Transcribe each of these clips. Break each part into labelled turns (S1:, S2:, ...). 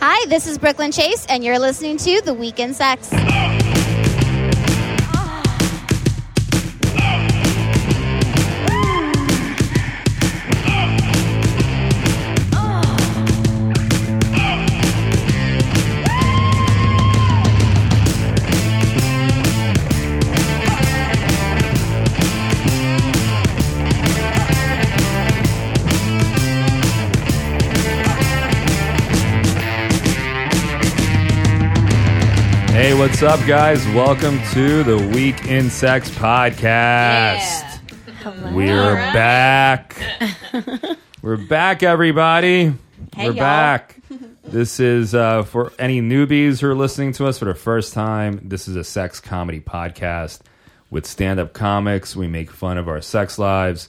S1: Hi, this is Brooklyn Chase, and you're listening to The Weekend Sex.
S2: Hey, what's up, guys? Welcome to the Week in Sex podcast. We're back. We're back, everybody. We're
S1: y'all.
S2: back. This is uh, for any newbies who are listening to us for the first time. This is a sex comedy podcast with stand up comics. We make fun of our sex lives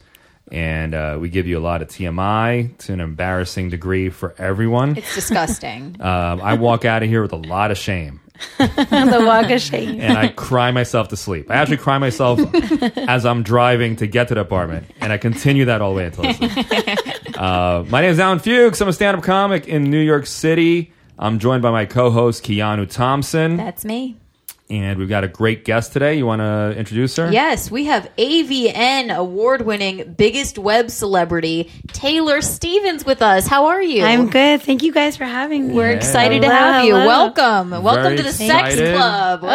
S2: and uh, we give you a lot of TMI to an embarrassing degree for everyone.
S3: It's disgusting.
S2: Um, I walk out of here with a lot of shame.
S4: the walk of shame.
S2: and I cry myself to sleep. I actually cry myself as I'm driving to get to the apartment, and I continue that all the way until I sleep. Uh, my name is Alan Fuchs. I'm a stand up comic in New York City. I'm joined by my co host, Keanu Thompson,
S4: That's me.
S2: and we've got a great guest today. You want to introduce her?
S3: yes, we have AVN award winning biggest web celebrity Taylor Stevens with us. How are you?
S4: I'm good. Thank you guys for having me.
S3: We're
S2: Yeah.
S3: excited to
S4: Hello,
S3: have you.
S4: hello.
S3: Welcome. Welcome
S2: Very
S3: to the
S2: excited.
S3: Sex Club.
S4: Ooh,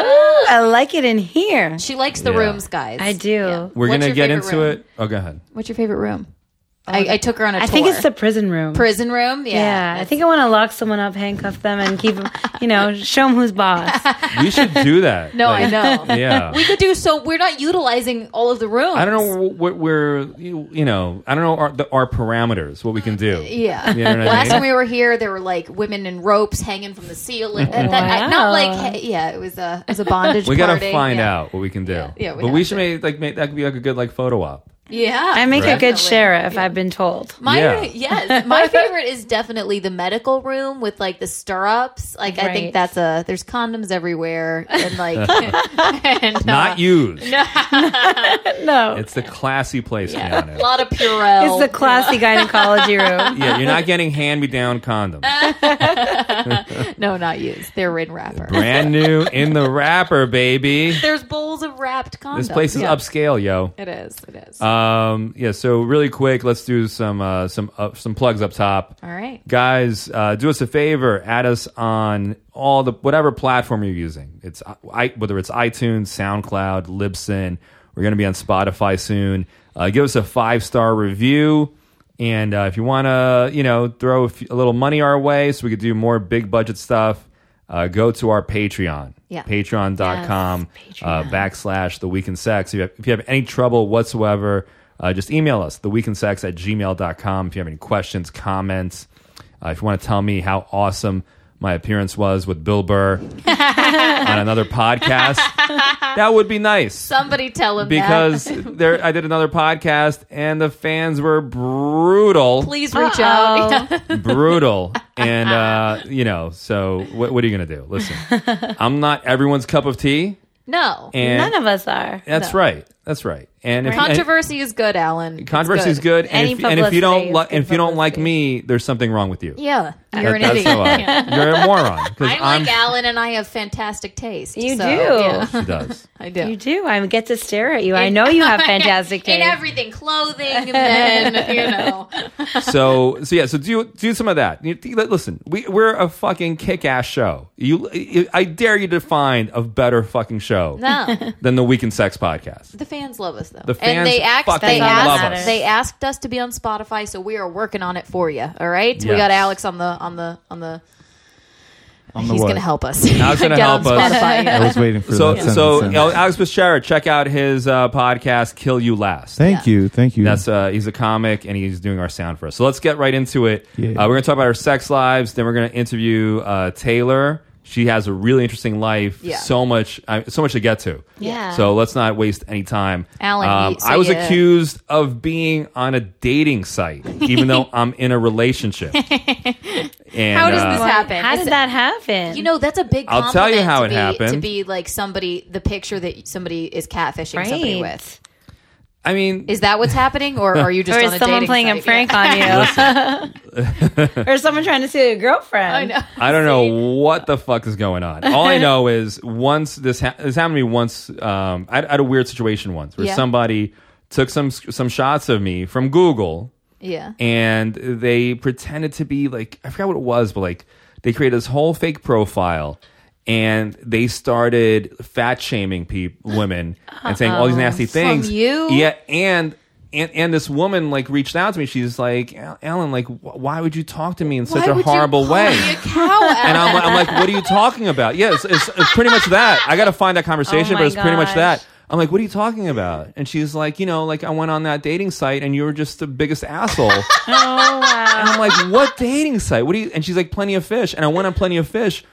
S4: I like it in here.
S3: She likes the
S2: Yeah.
S3: rooms, guys.
S4: I do.
S2: We're
S3: What's
S2: going to
S3: your
S2: get
S3: favorite
S2: into
S3: room?
S2: it. Oh, go ahead.
S3: What's your favorite room? I, I took her on a
S4: I
S3: tour.
S4: think it's Oh, the prison room.
S3: prison room. Yeah.
S4: yeah, I think I want to lock someone up, handcuff them, and keep them, you know, show them who's boss.
S2: We should do that.
S3: No, I
S2: Like,
S3: know.
S2: Yeah.
S3: We could do so. We're not utilizing all of the rooms.
S2: I don't know what we're, you you know, I don't know our, the, our parameters, what we can do.
S3: Yeah.
S2: You know what I
S3: Last
S2: mean?
S3: time we were here, there were like women in ropes hanging from the ceiling. That- that- I- not
S4: Wow.
S3: like, hey, yeah, it was a it was a bondage.
S2: We
S3: got
S2: gotta find out what we can do.
S3: yeah, we
S2: but we
S3: have
S2: should make like make that could be like a good like photo op.
S3: Yeah,
S4: I make a good
S3: Definitely.
S4: sheriff, I've been told.
S3: My
S2: Yeah.
S3: yes, my favorite is definitely the medical room with like the stirrups. Like I
S4: Right.
S3: think that's a there's condoms everywhere and like and, uh,
S2: Not used.
S4: No,
S2: It's the classy place,
S3: a
S2: Keanu.
S3: lot of Purell.
S4: it's the classy gynecology room.
S2: Yeah, you're not getting hand-me-down condoms.
S3: no, not used. They're in wrapper.
S2: Brand new in the wrapper, baby.
S3: There's bowls of wrapped condoms.
S2: This place is
S3: Yeah.
S2: upscale, yo.
S3: It is. It is.
S2: Um, yeah. So really quick, let's do some uh, some up some plugs up top.
S3: All right.
S2: guys, uh, do us a favor. Add us on all the whatever platform you're using. It's uh, I, whether it's iTunes, SoundCloud, Libsyn. We're going to be on Spotify soon. Uh, give us a five star review, and uh, if you want to, you know, throw a, few, a little money our way so we could do more big budget stuff. Uh, go to our Patreon,
S3: Yeah.
S2: patreon.com uh, backslash the weekend sex. If you, have, if you have any trouble whatsoever, uh, just email us theweekendsex at gmail.com. If you have any questions, comments, uh, if you want to tell me how awesome my appearance was with Bill Burr on another podcast, that would be nice
S3: Somebody tell him that.
S2: because there I did another podcast and the fans were brutal,
S3: Please reach out.
S2: brutal, and uh, you know. So what, what are you gonna do? Listen, I'm not everyone's cup of tea,
S3: No.
S2: and
S4: None of us are.
S2: that's right, that's right. And if, and-
S3: Controversy is good, Alan. It's
S2: controversy is good, and
S4: Any
S2: if, and if you
S4: publicity
S2: don't
S4: is
S2: li-
S4: good
S2: if you don't like me, there's something wrong with you.
S3: Yeah, you're
S2: That-
S3: an
S2: that's
S3: idiot.
S2: how I- You're a moron. 'cause
S3: I
S2: I'm-
S3: like Alan, and I have fantastic taste.
S4: You
S3: so,
S4: do.
S3: yeah,
S2: She does.
S3: I do.
S4: You do. I get to stare at you. I know you have fantastic
S3: in
S4: taste.
S3: everything, clothing, and then you know.
S2: so so yeah so do do some of that You- you- listen we, we're a fucking kick-ass show you you- i dare you to find a better fucking show
S3: No,
S2: than the weekend sex podcast
S3: the fans love us though.
S2: The
S3: and they
S2: fans
S3: asked,
S2: fucking
S3: they
S4: love
S3: asked,
S4: us.
S3: they asked us to be on Spotify, so we are working on it for you. All right, we
S2: Yes.
S3: got Alex on the on the on the. he's
S5: what?
S3: gonna help us.
S2: Alex gonna
S3: Get on
S2: help us.
S3: Spotify, yeah.
S5: I was waiting for
S2: so
S5: that. sentence
S2: so
S5: in.
S2: Al- alex Bishara, check out his uh, podcast kill you last
S5: thank you, thank you.
S2: that's uh, he's a comic and he's doing our sound for us. So let's get right into it.
S5: Yeah.
S2: Uh, we're gonna talk about our sex lives. Then we're gonna interview uh, Taylor. She has a really interesting life.
S3: Yeah.
S2: So much, uh, so much to get to.
S4: Yeah.
S2: So let's not waste any time. Um,
S3: Alan, you- so
S2: I was
S3: you-
S2: accused of being on a dating site, even though I'm in a relationship. and,
S3: How does
S2: uh,
S3: this happen?
S4: How
S3: Is
S4: did
S3: it-
S4: that happen?
S3: You know, that's a big.
S2: I'll tell you
S3: compliment
S2: how
S3: to
S2: it
S3: be,
S2: happened.
S3: To be like somebody, the picture that somebody is catfishing somebody
S4: Right.
S3: with.
S2: I mean,
S3: Is that what's happening, or are you just
S4: Or
S3: on
S4: is
S3: a
S4: someone
S3: dating site?
S4: playing a prank
S3: Yeah.
S4: on you? or someone trying to steal your girlfriend?
S3: I know.
S2: I don't know what the fuck is going on. All I know is once this ha- this happened to me once. Um, I, I had a weird situation once where
S3: Yeah.
S2: somebody took some some shots of me from Google,
S3: Yeah.
S2: and they pretended to be like I forgot what it was, but like they created this whole fake profile. And they started fat shaming peop women and saying all these nasty things.
S3: you?
S2: yeah, and and and this woman like reached out to me. She's like, "Al- Ellen, like, wh- why would you talk to me in such
S3: Why
S2: a
S3: would you
S2: horrible
S3: call
S2: way?
S3: me a cow
S2: And I'm,
S3: out?
S2: li- I'm like, what are you talking about? Yeah, it's, it's, it's pretty much that. I got to find that conversation,
S4: Oh
S2: but
S4: my
S2: it's pretty much
S4: gosh.
S2: that. I'm like, what are you talking about? And she's like, you know, like I went on that dating site and you were just the biggest asshole. and
S4: Oh wow.
S2: I'm like, what dating site? What do you? And she's like, plenty of fish. And I went on plenty of fish.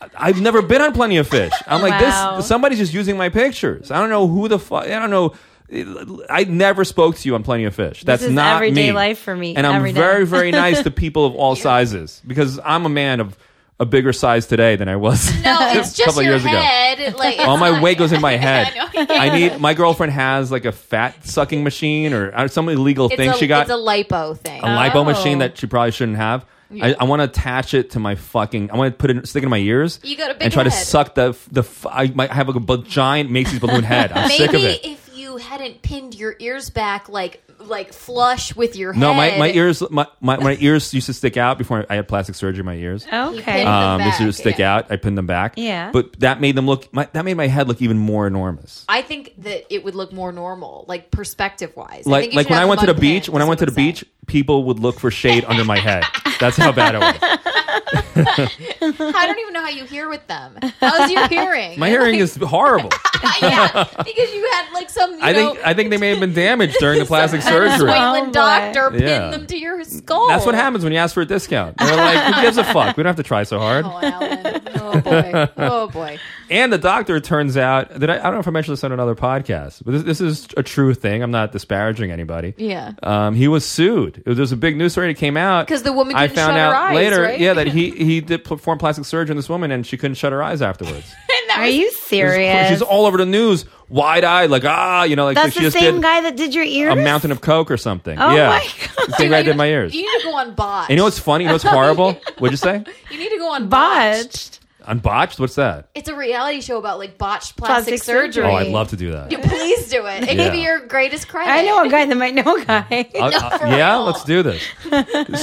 S2: I- I've never been on plenty of fish. I'm like,
S4: Wow.
S2: this somebody's just using my pictures. I don't know who the fuck. I don't know. I never spoke to you on Plenty of Fish. That's
S4: is
S2: not
S4: everyday
S2: me.
S4: life for me,
S2: And I'm
S4: every day.
S2: very, very nice to people of all sizes because I'm a man of a bigger size today than I was
S3: no, it's
S2: a
S3: just
S2: couple of
S3: your
S2: years ago.
S3: head. Like, it's
S2: All my
S3: not-
S2: weight goes in my head.
S3: I know.
S2: I need my girlfriend has like a fat sucking machine or or some illegal
S3: It's
S2: thing
S3: a,
S2: she got
S3: It's a lipo thing.
S2: a lipo
S4: Oh.
S2: machine that she probably shouldn't have. I, I want to attach it to my fucking. I want to put it stick it in my ears.
S3: You got a big
S2: and try to
S3: head.
S2: suck the the. f- I might have like a bu- giant Macy's balloon head. I'm sick of
S3: Maybe
S2: it.
S3: if you hadn't pinned your ears back, like like flush with your head.
S2: No, my, my ears my, my, my ears used to stick out before I had plastic surgery. in My ears.
S4: Okay.
S3: Uh,
S2: Um,
S3: them
S2: this
S3: back,
S2: used to stick
S3: yeah.
S2: out. I pinned them back.
S4: Yeah.
S2: But that made them look. My, that made my head look even more enormous.
S3: I think that it would look more normal, like perspective wise.
S2: like like when I went to the beach, when I went to the beach, people would look for shade under my head. That's how bad it was.
S3: I don't even know how you hear with them. How's your hearing?
S2: My hearing is horrible.
S3: yeah, because you had like some. You
S2: I
S3: know,
S2: think I think they may have been damaged during the plastic surgery.
S4: Oh,
S3: Wayland
S4: boy.
S3: doctor pinned
S2: Yeah.
S3: them to your skull.
S2: That's what happens when you ask for a discount. And They're like, who gives a fuck? We don't have to try so hard.
S3: Oh, Alan. oh boy! Oh boy!
S2: And the doctor it turns out that I, I don't know if I mentioned this on another podcast, but this, this is a true thing. I'm not disparaging anybody.
S3: Yeah.
S2: Um, he was sued. It was, there was a big news story that came out
S3: 'Cause the woman
S2: I
S3: couldn't
S2: found
S3: shut
S2: out
S3: her eyes,
S2: later.
S3: right?
S2: Yeah, that he he did perform plastic surgery on this woman, and she couldn't shut her eyes afterwards.
S4: Are you serious?
S2: She's all over the news, wide eyed, like ah, you know, like,
S4: That's
S2: she
S4: the
S2: just
S4: same
S2: did
S4: guy that did your ears.
S2: a mountain of coke or something.
S4: Oh
S2: yeah,
S4: my God.
S2: The same guy that did my ears.
S3: You need to go on bot.
S2: And you know what's funny? You know what's horrible? What'd you say?
S3: You need to go on bot.
S4: botched.
S2: Unbotched? What's that?
S3: It's a reality show about like botched plastic,
S4: Plastic
S3: surgery.
S4: surgery.
S2: Oh, I'd love to do that.
S3: Yeah, Please do it. It
S2: Yeah.
S3: could be your greatest credit.
S4: I know a guy that might know a guy.
S2: I'll-
S3: No,
S2: I'll-
S3: for
S2: yeah,
S3: real.
S2: let's do this.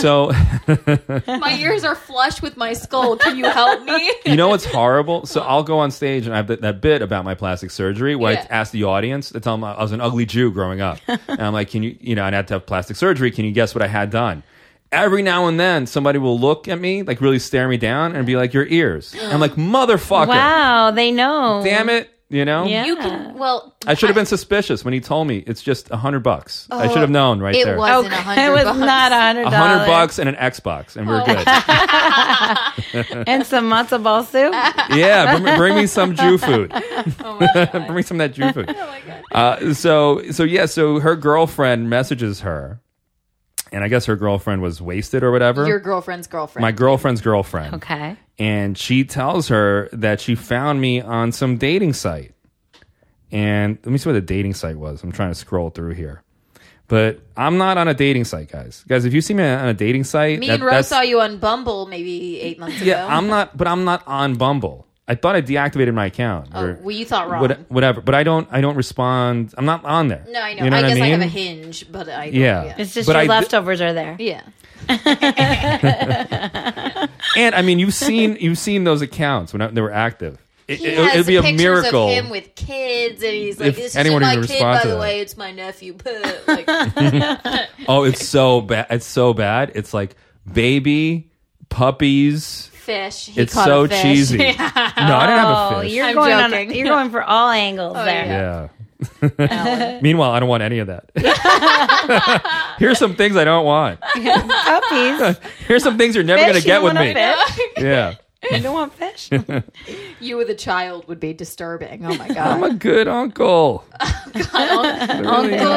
S2: So,
S3: My ears are flush with my skull. Can you help me?
S2: you know what's horrible? So, I'll go on stage and I have that, that bit about my plastic surgery where
S3: Yeah.
S2: I ask the audience, I tell them I was an ugly Jew growing up. And I'm like, can you, you know, and I had to have plastic surgery. Can you guess what I had done? Every now and then, somebody will look at me, like really stare me down and be like, your ears. I'm like, motherfucker.
S4: Wow, they know.
S2: Damn it. You know?
S4: Yeah.
S3: You can. Well,
S2: I should have been suspicious when he told me it's just a hundred bucks. I should have known right
S3: it
S2: there.
S3: was-
S4: Okay,
S3: Wasn't a hundred
S4: it was
S3: bucks.
S4: not a hundred
S2: a hundred
S4: dollars.
S2: bucks and an Xbox, and we're good.
S4: and some matzo ball soup.
S2: yeah, bring, bring me some Jew food.
S3: Oh
S2: bring me some of that Jew food. Uh, so, so yeah, so her girlfriend messages her, and I guess her girlfriend was wasted or whatever.
S3: your girlfriend's girlfriend.
S2: My girlfriend's girlfriend.
S4: Okay.
S2: and she tells her that she found me on some dating site. And let me see what the dating site was. I'm trying to scroll through here. But I'm not on a dating site, guys. Guys, if you see me on a dating site,
S3: me
S2: that-
S3: and Rose
S2: that's-
S3: saw you on Bumble maybe eight months ago.
S2: Yeah, I'm not, but I'm not on Bumble. I thought I deactivated my account.
S3: Oh,
S2: or
S3: well, you thought wrong.
S2: what- whatever. But I don't. I don't respond. I'm not on there.
S3: no, I know.
S2: You know
S3: I
S2: what
S3: guess
S2: I mean?
S3: have a hinge, but I don't,
S2: Yeah.
S3: yeah.
S4: It's just
S2: But
S4: your
S2: I d-
S4: leftovers are there.
S3: Yeah.
S2: and I mean, you've seen you've seen those accounts when I- they were active. It,
S3: He
S2: it-
S3: has
S2: it'd be a
S3: pictures
S2: miracle.
S3: of him with kids, and he's like,
S2: If
S3: "This
S2: anyone
S3: isn't
S2: even
S3: my kid,
S2: responds
S3: by
S2: to
S3: the
S2: that.
S3: way. It's my nephew." But like,
S2: Oh, it's so bad. It's so bad. It's like baby puppies.
S3: fish. He
S2: It's
S3: caught
S2: so
S3: a fish.
S2: cheesy. No, I didn't have
S4: Oh,
S2: a fish.
S4: you're
S3: I'm
S4: going
S3: joking. Oh,
S4: on. You're going for all angles there.
S2: yeah. Meanwhile, I don't want any of that. Here's some things I don't want.
S4: Puppies.
S2: Here's some things you're never
S4: Fish,
S2: gonna
S4: you
S2: get with
S4: want
S2: me.
S4: a fish?
S2: Yeah.
S4: You don't want fish?
S3: You with a child would be disturbing. Oh my god,
S2: I'm a good uncle.
S3: Uncle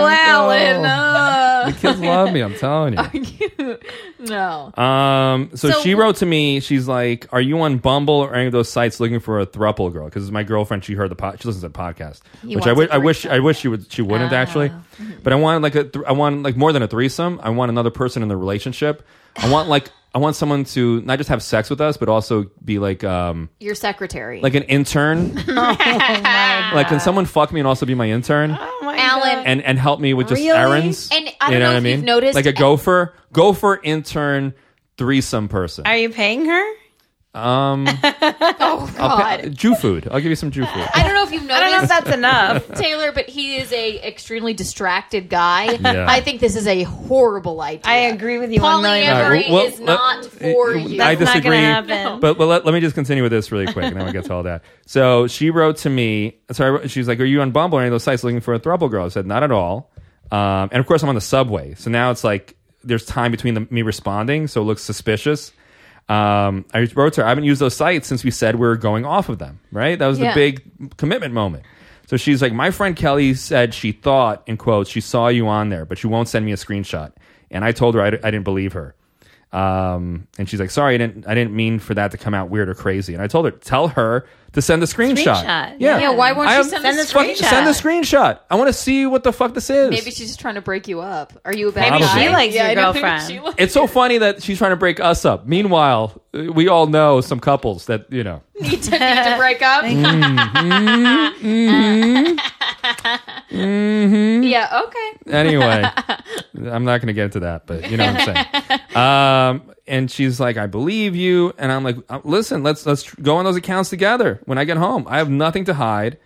S3: Alan. uh.
S2: The kids love me. I'm telling you.
S3: no.
S2: Um, so,
S3: So-
S2: she wrote to me. She's like, "Are you on Bumble or any of those sites looking for a thruple girl?" Because my girlfriend, she heard the pod, she listens to the podcast, which I
S3: wants a
S2: wish, I wish, I wish she would, she
S3: Oh.
S2: wouldn't actually. But I wanted like a, thr- I want like more than a threesome. I want another person in the relationship. I want like, I want someone to not just have sex with us, but also be like, um,
S3: Your secretary.
S2: like an intern.
S3: Oh
S2: Like, can someone fuck me and also be my intern?
S4: Oh my
S3: Alan.
S4: God.
S2: and and help me with just
S4: Really?
S2: errands.
S3: And I don't know if you've noticed-
S2: like a gopher, gopher intern threesome person.
S4: Are you paying her?
S2: um,
S3: oh
S2: I'll pay-
S3: god.
S2: Jew food. I'll give you some Jew food.
S3: I don't know if you've
S4: I don't know
S3: noticed
S4: if that's enough.
S3: Taylor, but he is a extremely distracted guy.
S2: Yeah.
S3: I think this is a horrible idea.
S4: I agree with you one million.
S2: All
S3: Polyamory
S4: percent.
S2: right, well,
S3: is
S2: well,
S3: not
S2: let-
S3: for
S2: uh,
S3: you.
S2: I
S4: That's not gonna
S2: disagree.
S4: happen.
S2: But, but let, let me just continue with this really quick, and then we'll get to all that. So she wrote to me. So I, wrote- she's like, "Are you on Bumble or any of those sites looking for a throuple girl?" I said, "Not at all." Um, and of course, I'm on the subway, so now it's like there's time between the, me responding, so it looks suspicious. Um, I wrote to her, "I haven't used those sites since we said we were going off of them." Right? That was
S3: Yeah.
S2: the big commitment moment. So she's like, "My friend Kelly said she thought, in quotes, she saw you on there, but she won't send me a screenshot." And I told her I d- I didn't believe her. Um, and she's like, "Sorry, I didn't. I didn't mean for that to come out weird or crazy." And I told her, "Tell her to send the screenshot."
S4: Screenshot,
S2: Yeah.
S4: yeah.
S3: Why won't
S2: I
S3: you
S2: have-
S3: send,
S4: Send
S3: the
S4: the
S3: screen-
S2: fucking- Send the screenshot. I want to see what the fuck this is.
S3: Maybe she's just trying to break you up. Are you a bad
S2: Maybe
S3: guy?
S2: she
S4: likes your
S3: I know. Maybe
S4: girlfriend.
S3: she likes-
S2: it's so funny that she's trying to break us up. Meanwhile, uh, we all know some couples that you know.
S3: need, to, need to break up. Yeah, okay.
S2: Anyway, I'm not going to get into that, but you know what I'm saying. Um, and she's like, "I believe you," and I'm like, uh, "Listen, let's let's tr- go on those accounts together when I get home. I have nothing to hide."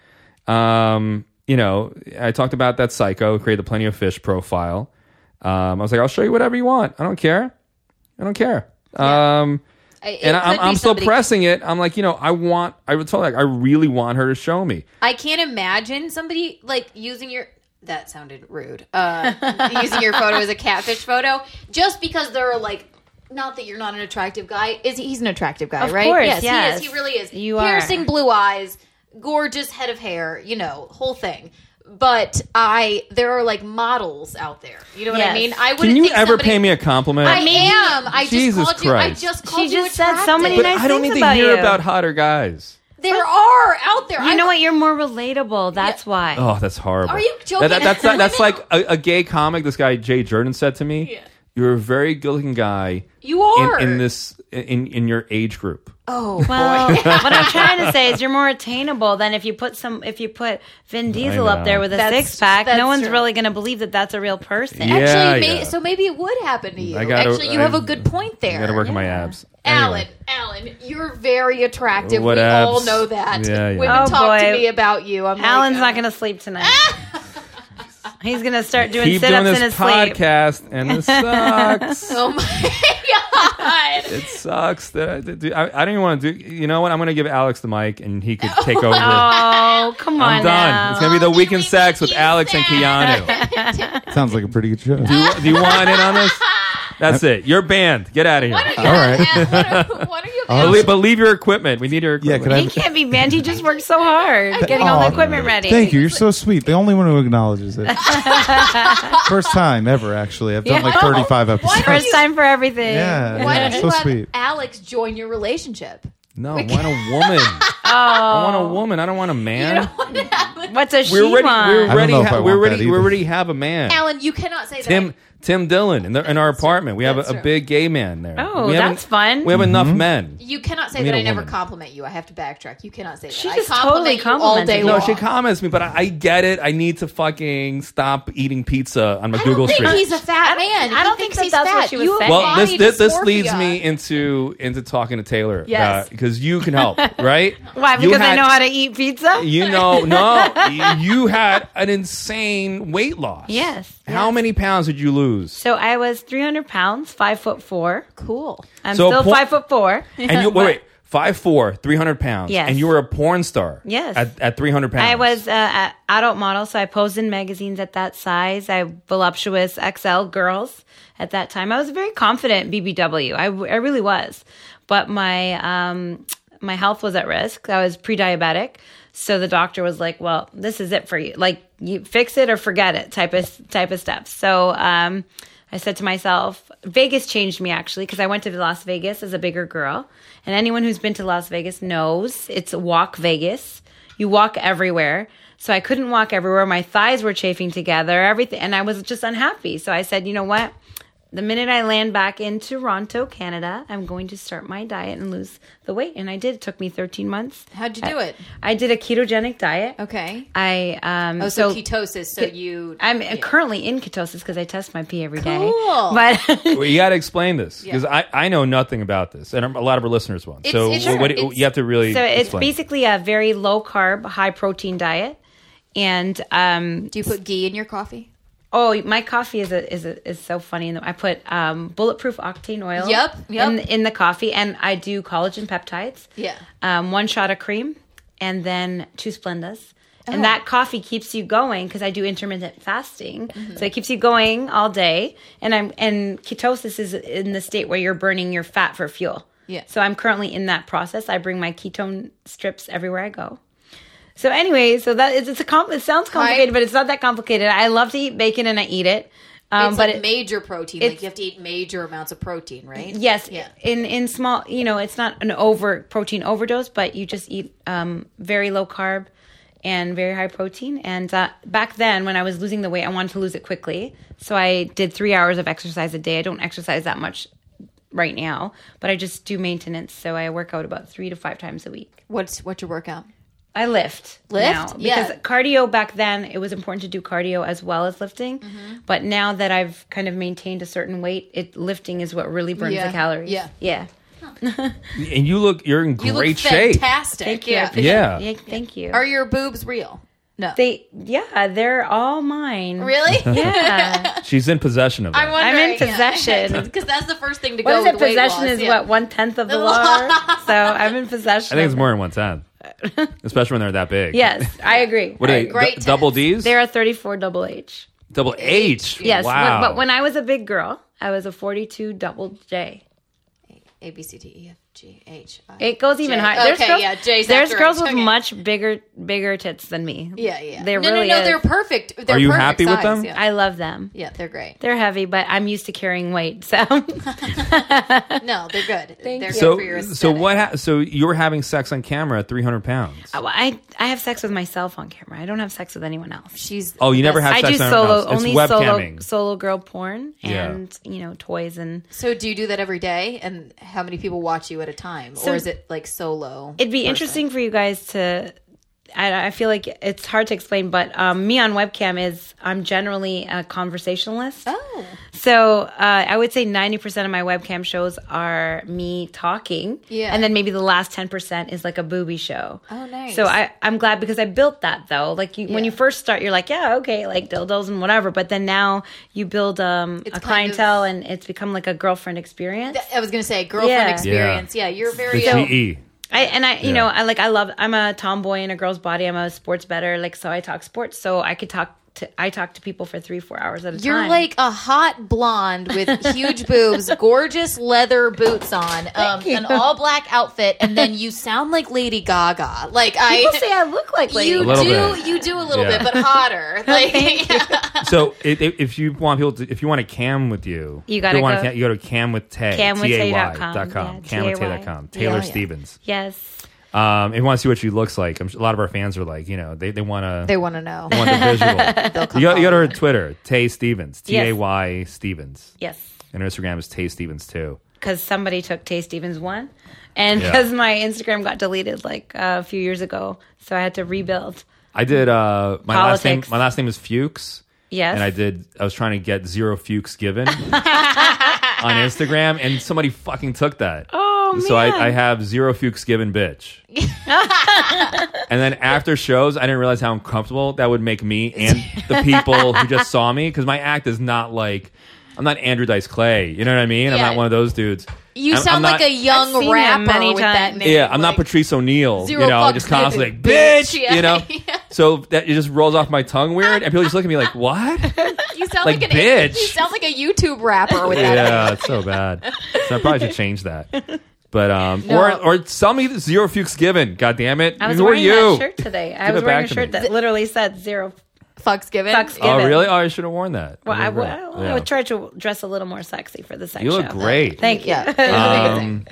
S2: Um, you know, I talked about that psycho created the plenty of fish profile. Um, I was like, "I'll show you whatever you want. I don't care. I don't care." Um,
S3: I- it
S2: and
S3: could
S2: I'm,
S3: be
S2: I'm still
S3: somebody-
S2: pressing it. I'm like, you know, I want. I would tell her, like, I really want her to show me.
S3: I can't imagine somebody like using your. That sounded rude. Uh, using your photo as a catfish photo just because they're like. Not that you're not an attractive guy. Is he, he's an attractive guy,
S4: Of
S3: right?
S4: course,
S3: yes,
S4: yes.
S3: he is. He really is.
S4: You are.
S3: Piercing blue eyes, gorgeous head of hair, you know, whole thing. But I, there are like models out there. You know what I
S4: Yes.
S3: mean? I would.
S2: Can you ever pay me a compliment?
S3: I am. I
S2: Jesus
S3: just called you. I
S2: Christ.
S3: just called
S4: She
S3: you
S4: just said so many
S2: but
S3: attractive.
S4: nice
S2: I don't
S4: things
S2: need to
S4: about
S2: hear
S4: you.
S2: about hotter guys.
S3: There are out there.
S4: You
S3: I
S4: know what? You're more relatable. That's why.
S2: Oh, that's horrible.
S3: Are you joking?
S2: That- that- that's that's like a, a gay comic. This guy Jay Jordan said to me, "You're a very good-looking guy
S3: You are
S2: in, in this in in your age group."
S3: Oh,
S4: Well, what I'm trying to say is you're more attainable than if you put some if you put Vin Diesel
S2: know.
S4: up there with a
S3: That's-
S4: six pack.
S3: that's
S4: No one's
S3: true.
S4: really going to believe that that's a real person.
S2: Yeah,
S3: Actually, may,
S2: yeah.
S3: so maybe it would happen to you.
S2: I gotta-
S3: Actually, you
S2: I-
S3: have a good point there.
S2: I got to work on my abs.
S3: Alan,
S2: Anyway.
S3: Alan, you're very attractive.
S2: What
S3: we all
S2: abs?
S3: know that.
S2: Yeah, yeah.
S3: Women
S4: Oh,
S3: talk to
S4: boy.
S3: me about you. I'm
S4: Alan's not
S3: like,
S4: going to sleep tonight. He's going to start doing
S2: Keep
S4: sit
S2: doing
S4: ups in
S2: this
S4: his sleep.
S2: podcast, and this sucks.
S3: Oh my god.
S2: It sucks that I, dude, I, I don't even want to do. You know what? I'm going to give Alex the mic, and he could take over.
S4: Oh, come on
S2: I'm done.
S4: now.
S2: It's gonna be the
S3: Oh, did
S2: weekend
S3: we
S2: sex with
S3: make you
S2: Alex and
S3: sad?
S2: Keanu.
S5: Sounds like a pretty good show.
S2: do, do you want in on this? That's it. You're banned. Get out of
S3: What
S2: here.
S3: are you?
S5: All right.
S3: What are, what are you?
S2: Believe, believe your equipment. We need your
S5: Yeah,
S2: equipment.
S5: could I?
S4: he can't be banned. He just worked so hard getting all
S5: Aw,
S4: the equipment ready.
S5: Thank you. You're so sweet. The only one who acknowledges it. First time ever, actually. I've done like
S4: Yeah.
S5: 35 episodes.
S4: First time for everything.
S5: Yeah.
S3: Why don't
S5: so
S3: you have
S5: sweet.
S3: Alex join your relationship?
S2: No, I want a woman. I want
S4: Oh.
S2: a woman. I don't want a man.
S4: What's a she
S2: We're ready.
S4: want?
S2: We're
S5: don't
S2: ready.
S5: know if I
S2: Ha-
S5: want
S2: we're
S5: that
S2: ready. We
S5: either.
S2: already have a man.
S3: Alan, you cannot say
S2: Tim
S3: that.
S2: Tim Dillon in, the, in our apartment. We have
S3: That's
S2: a, a
S3: true.
S2: big gay man there.
S4: Oh,
S2: we haven't-
S4: that's fun.
S2: We have enough
S5: Mm-hmm.
S2: men.
S3: You cannot say
S2: We need
S3: that
S2: a
S3: I never
S2: woman.
S3: compliment you. I have to backtrack. You cannot say that.
S4: She
S3: I
S4: just
S3: compliment
S4: totally
S3: you all day
S4: complimented
S2: No,
S3: long.
S4: you.
S2: she comments me, but I, I get it. I need to fucking stop eating pizza on McDougal
S3: I don't
S2: Street.
S3: think he's a fat
S4: I don't-
S3: man.
S4: I don't
S3: He
S4: think
S3: thinks
S4: that
S3: he's
S4: that's what
S3: fat.
S4: she was
S3: You
S4: saying.
S2: well,
S3: embody
S2: this, this this
S3: dysmorphia.
S2: leads me into into talking to Taylor.
S3: Yes.
S2: because you can help, right?
S4: Why?
S2: You
S4: Because I
S2: had-
S4: know how to eat pizza?
S2: You know, no, y- you had an insane weight loss.
S4: Yes,
S2: How many pounds did you lose?
S4: So I was 300 pounds, five foot four.
S3: Cool.
S4: I'm
S2: So
S4: still
S2: po-
S4: five foot four.
S2: And you wait, wait 5'4", 300 pounds,
S4: Yes.
S2: and you were a porn star.
S4: Yes.
S2: At, at 300 pounds.
S4: I was uh, a adult model, so I posed in magazines at that size. I voluptuous XL girls at that time. I was very confident BBW. I, w- I really was, but my um, my health was at risk. I was pre diabetic, so the doctor was like, "Well, this is it for you. Like, you fix it or forget it." Type of type of stuff. So. Um, I said to myself, Vegas changed me actually because I went to Las Vegas as a bigger girl. And anyone who's been to Las Vegas knows it's walk Vegas. You walk everywhere. So I couldn't walk everywhere. My thighs were chafing together, everything. And I was just unhappy. So I said, you know what? The minute I land back in Toronto, Canada, I'm going to start my diet and lose the weight. And I did. It took me 13 months.
S3: How'd you do it?
S4: I did a ketogenic diet.
S3: Okay.
S4: I, um,
S3: Oh, so, ketosis. So you.
S4: I'm
S3: yeah.
S4: currently in ketosis because I test my pee every day.
S3: Cool.
S4: But
S2: Well, you got to explain this because I, I know nothing about this, and a lot of our listeners won't.
S3: It's-
S2: so
S3: it's-
S2: what,
S3: sure,
S2: what do-
S3: it's-
S2: you have to really.
S4: so it's
S2: explain.
S4: basically a very low carb, high protein diet. And um,
S3: Do you put ghee in your coffee?
S4: oh, my coffee is a, is a, is so funny. And I put um, bulletproof octane oil.
S3: Yep, yep.
S4: In, in the coffee, and I do collagen peptides.
S3: Yeah.
S4: Um, one shot of cream, and then two Splendas.
S3: Oh.
S4: And that coffee keeps you going because I do intermittent fasting,
S3: Mm-hmm.
S4: so it keeps you going all day. And I'm and ketosis is in the state where you're burning your fat for fuel.
S3: Yeah.
S4: So I'm currently in that process. I bring my ketone strips everywhere I go. So anyway, so that it's, it's a com- it sounds complicated,
S3: Right.
S4: but it's not that complicated. I love to eat bacon and I eat it, um,
S3: it's
S4: but
S3: like
S4: it,
S3: major protein.
S4: it's-
S3: Like you have to eat major amounts of protein, right?
S4: yes,
S3: Yeah.
S4: in in small, you know, it's not an over protein overdose, but you just eat um, very low carb and very high protein. And uh, back then, when I was losing the weight, I wanted to lose it quickly, so I did three hours of exercise a day. I don't exercise that much right now, but I just do maintenance, so I work out about three to five times a week.
S3: What's what's your workout?
S4: I lift.
S3: Lift?
S4: Now,
S3: Yeah.
S4: because cardio back then, it was important to do cardio as well as lifting.
S3: Mm-hmm.
S4: But now that I've kind of maintained a certain weight, it lifting is what really burns
S3: Yeah.
S4: the calories.
S3: Yeah.
S4: Yeah.
S2: and you look you're in great
S3: You look
S2: shape.
S3: fantastic.
S4: Thank you. I appreciate
S2: Yeah.
S4: it. Thank you.
S3: Are your boobs real? No.
S4: they, yeah, they're all mine.
S3: really?
S4: Yeah.
S2: She's in possession of it.
S3: I'm
S4: I'm
S3: wondering.
S4: in possession.
S3: Because that's the first thing to
S4: What
S3: go
S4: is
S3: with
S4: it?
S3: weight
S4: Possession
S3: loss,
S4: is
S3: yeah.
S4: what one tenth of the law. so I'm in possession.
S2: I think it's
S4: of-
S2: more than one time, especially when they're that big.
S4: Yes, I agree.
S2: What are they?
S3: Great
S2: d- double D's?
S4: They're a 34 double H.
S2: double H.
S4: Yes, when-
S2: Wow.
S4: but when I was a big girl, I was a 42 double J.
S3: A B C D E F G H I.
S4: It goes even
S3: J.
S4: higher. There's
S3: Okay,
S4: girls,
S3: yeah, J's
S4: there's
S3: after
S4: girls
S3: H.
S4: with
S3: Okay.
S4: much bigger bigger tits than me.
S3: Yeah, yeah.
S4: There
S3: no,
S4: really
S3: no, no.
S4: is.
S3: They're perfect. They're
S2: Are you
S3: perfect
S2: happy with
S3: size,
S2: them?
S3: Yeah.
S4: I love them.
S3: Yeah, they're great.
S4: They're heavy, but I'm used to carrying weight, so Oh,
S3: No, they're good. they're good for
S2: so
S3: your
S2: so
S3: aesthetic.
S2: what? Ha- so you were having sex on camera at 300 pounds.
S4: I I have sex with myself on camera. I don't have sex with anyone else.
S3: She's
S2: Oh, you never
S3: Yes.
S2: have
S4: I
S2: sex
S4: do
S2: on
S4: solo
S2: anyone else.
S4: only
S2: it's
S4: solo
S2: webcamming.
S4: solo girl porn
S2: Yeah.
S4: and you know toys and
S3: So do you do that every day? And how many people watch you at a time, or is it like solo?
S4: It'd be interesting for you guys to. I, I feel like it's hard to explain, but um, me on webcam is I'm generally a conversationalist.
S3: oh,
S4: So uh, I would say 90% of my webcam shows are me talking.
S3: Yeah.
S4: And then maybe the last 10% is like a booby show.
S3: Oh, nice.
S4: So I, I'm glad because I built that though. Like you, when
S3: Yeah.
S4: you first start, you're like, yeah, okay, like dildos and whatever. But then now you build um,
S3: It's
S4: a
S3: kind of-
S4: clientele and it's become like a girlfriend experience.
S3: I was gonna say girlfriend
S4: Yeah.
S3: experience. Yeah. you're very.
S2: The GE.
S4: I and I, you
S2: Yeah.
S4: know, I like I love. I'm a tomboy in a girl's body. I'm a sports better. Like so, I talk sports. So I could talk. To, I talk to people for three, four hours at a
S3: You're
S4: time.
S3: like a hot blonde with huge boobs, gorgeous leather boots on, um, an all black outfit, and then you sound like Lady Gaga. Like I,
S4: people say I look like Lady
S3: you
S4: Gaga.
S2: little
S3: do,
S2: bit.
S3: you do a little
S2: Yeah. Oh,
S3: bit, but hotter. Like
S2: So i- i- if you want people to, if you want to cam with you,
S4: You gotta
S2: they wanna
S4: go-
S2: cam, you go to cam with Tay.
S4: camwithtay.com.
S2: T A Y dot com.
S4: Yeah,
S2: Camwithtay.com. Taylor
S3: Yeah.
S2: Stevens.
S4: yes.
S2: Um, if you want to see what she looks like, I'm sure a lot of our fans are like, you know, they, they want to
S3: they want to know.
S2: want the visual.
S3: They'll come
S2: you, go, you go to her
S3: follow.
S2: Twitter, Tay Stevens, T
S4: Yes.
S2: A Y Stevens,
S4: Yes.
S2: and her Instagram is Tay Stevens too.
S4: because somebody took Tay Stevens one, and
S2: Yeah.
S4: because my Instagram got deleted like a few years ago, so I had to rebuild.
S2: I did uh, my last name.
S4: Politics.
S2: My last name is Fuchs.
S4: Yes.
S2: and I did. I was trying to get zero Fuchs given on Instagram, and somebody fucking took that.
S4: Oh,
S2: so
S4: man.
S2: I, I have zero Fuchs given, bitch. and then after shows, I didn't realize how uncomfortable that would make me and the people who just saw me because my act is not like I'm not Andrew Dice Clay. You know what I mean? I'm
S3: Yeah.
S2: not one of those dudes.
S3: You
S2: I'm-
S3: sound
S2: I'm
S3: like
S2: not-
S3: a young
S4: I've seen him
S3: rapper
S4: many
S3: with that
S4: times.
S3: name.
S2: Yeah, I'm not Patrice O'Neill.
S3: Zero
S2: You know,
S3: fucks
S2: just constantly like
S3: given,
S2: bitch.
S3: bitch. Yeah.
S2: You know,
S3: Yeah.
S2: so that it just rolls off my tongue weird, and people just look at me like, "What?"
S3: You sound
S2: Like
S3: like, an
S2: bitch.
S3: You sound like a YouTube rapper with that.
S2: yeah, it's so bad. So I probably should change that. But um,
S3: No.
S2: or or sell me the zero fuchs given. God damn it!
S4: I was
S2: Who are
S4: wearing
S2: you?
S4: that shirt today. I
S2: Give
S4: was
S2: it
S4: wearing a
S2: back to
S4: shirt
S2: me.
S4: that literally said zero.
S3: Fucks given.
S4: Fucks given.
S2: Oh really? Oh, I should have worn that.
S4: Well, I,
S2: never-
S4: will, I will- I
S2: yeah.
S4: will try to dress a little more sexy for the sex
S2: You look
S4: show.
S2: great.
S4: Thank you.
S3: Yeah.
S2: Um,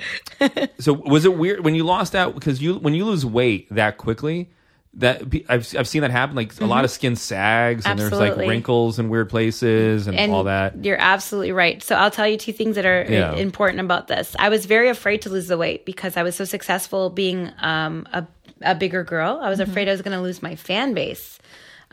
S2: so was it weird when you lost out because you when you lose weight that quickly? That be- I've I've seen that happen. Like a lot of skin sags and there's
S4: Mm-hmm. Absolutely.
S2: like wrinkles in weird places and,
S4: and
S2: all that.
S4: You're absolutely right. So I'll tell you two things that are
S2: Yeah.
S4: important about this. I was very afraid to lose the weight because I was so successful being um, a a bigger girl. I was
S2: Mm-hmm.
S4: afraid I was going to lose my fan base.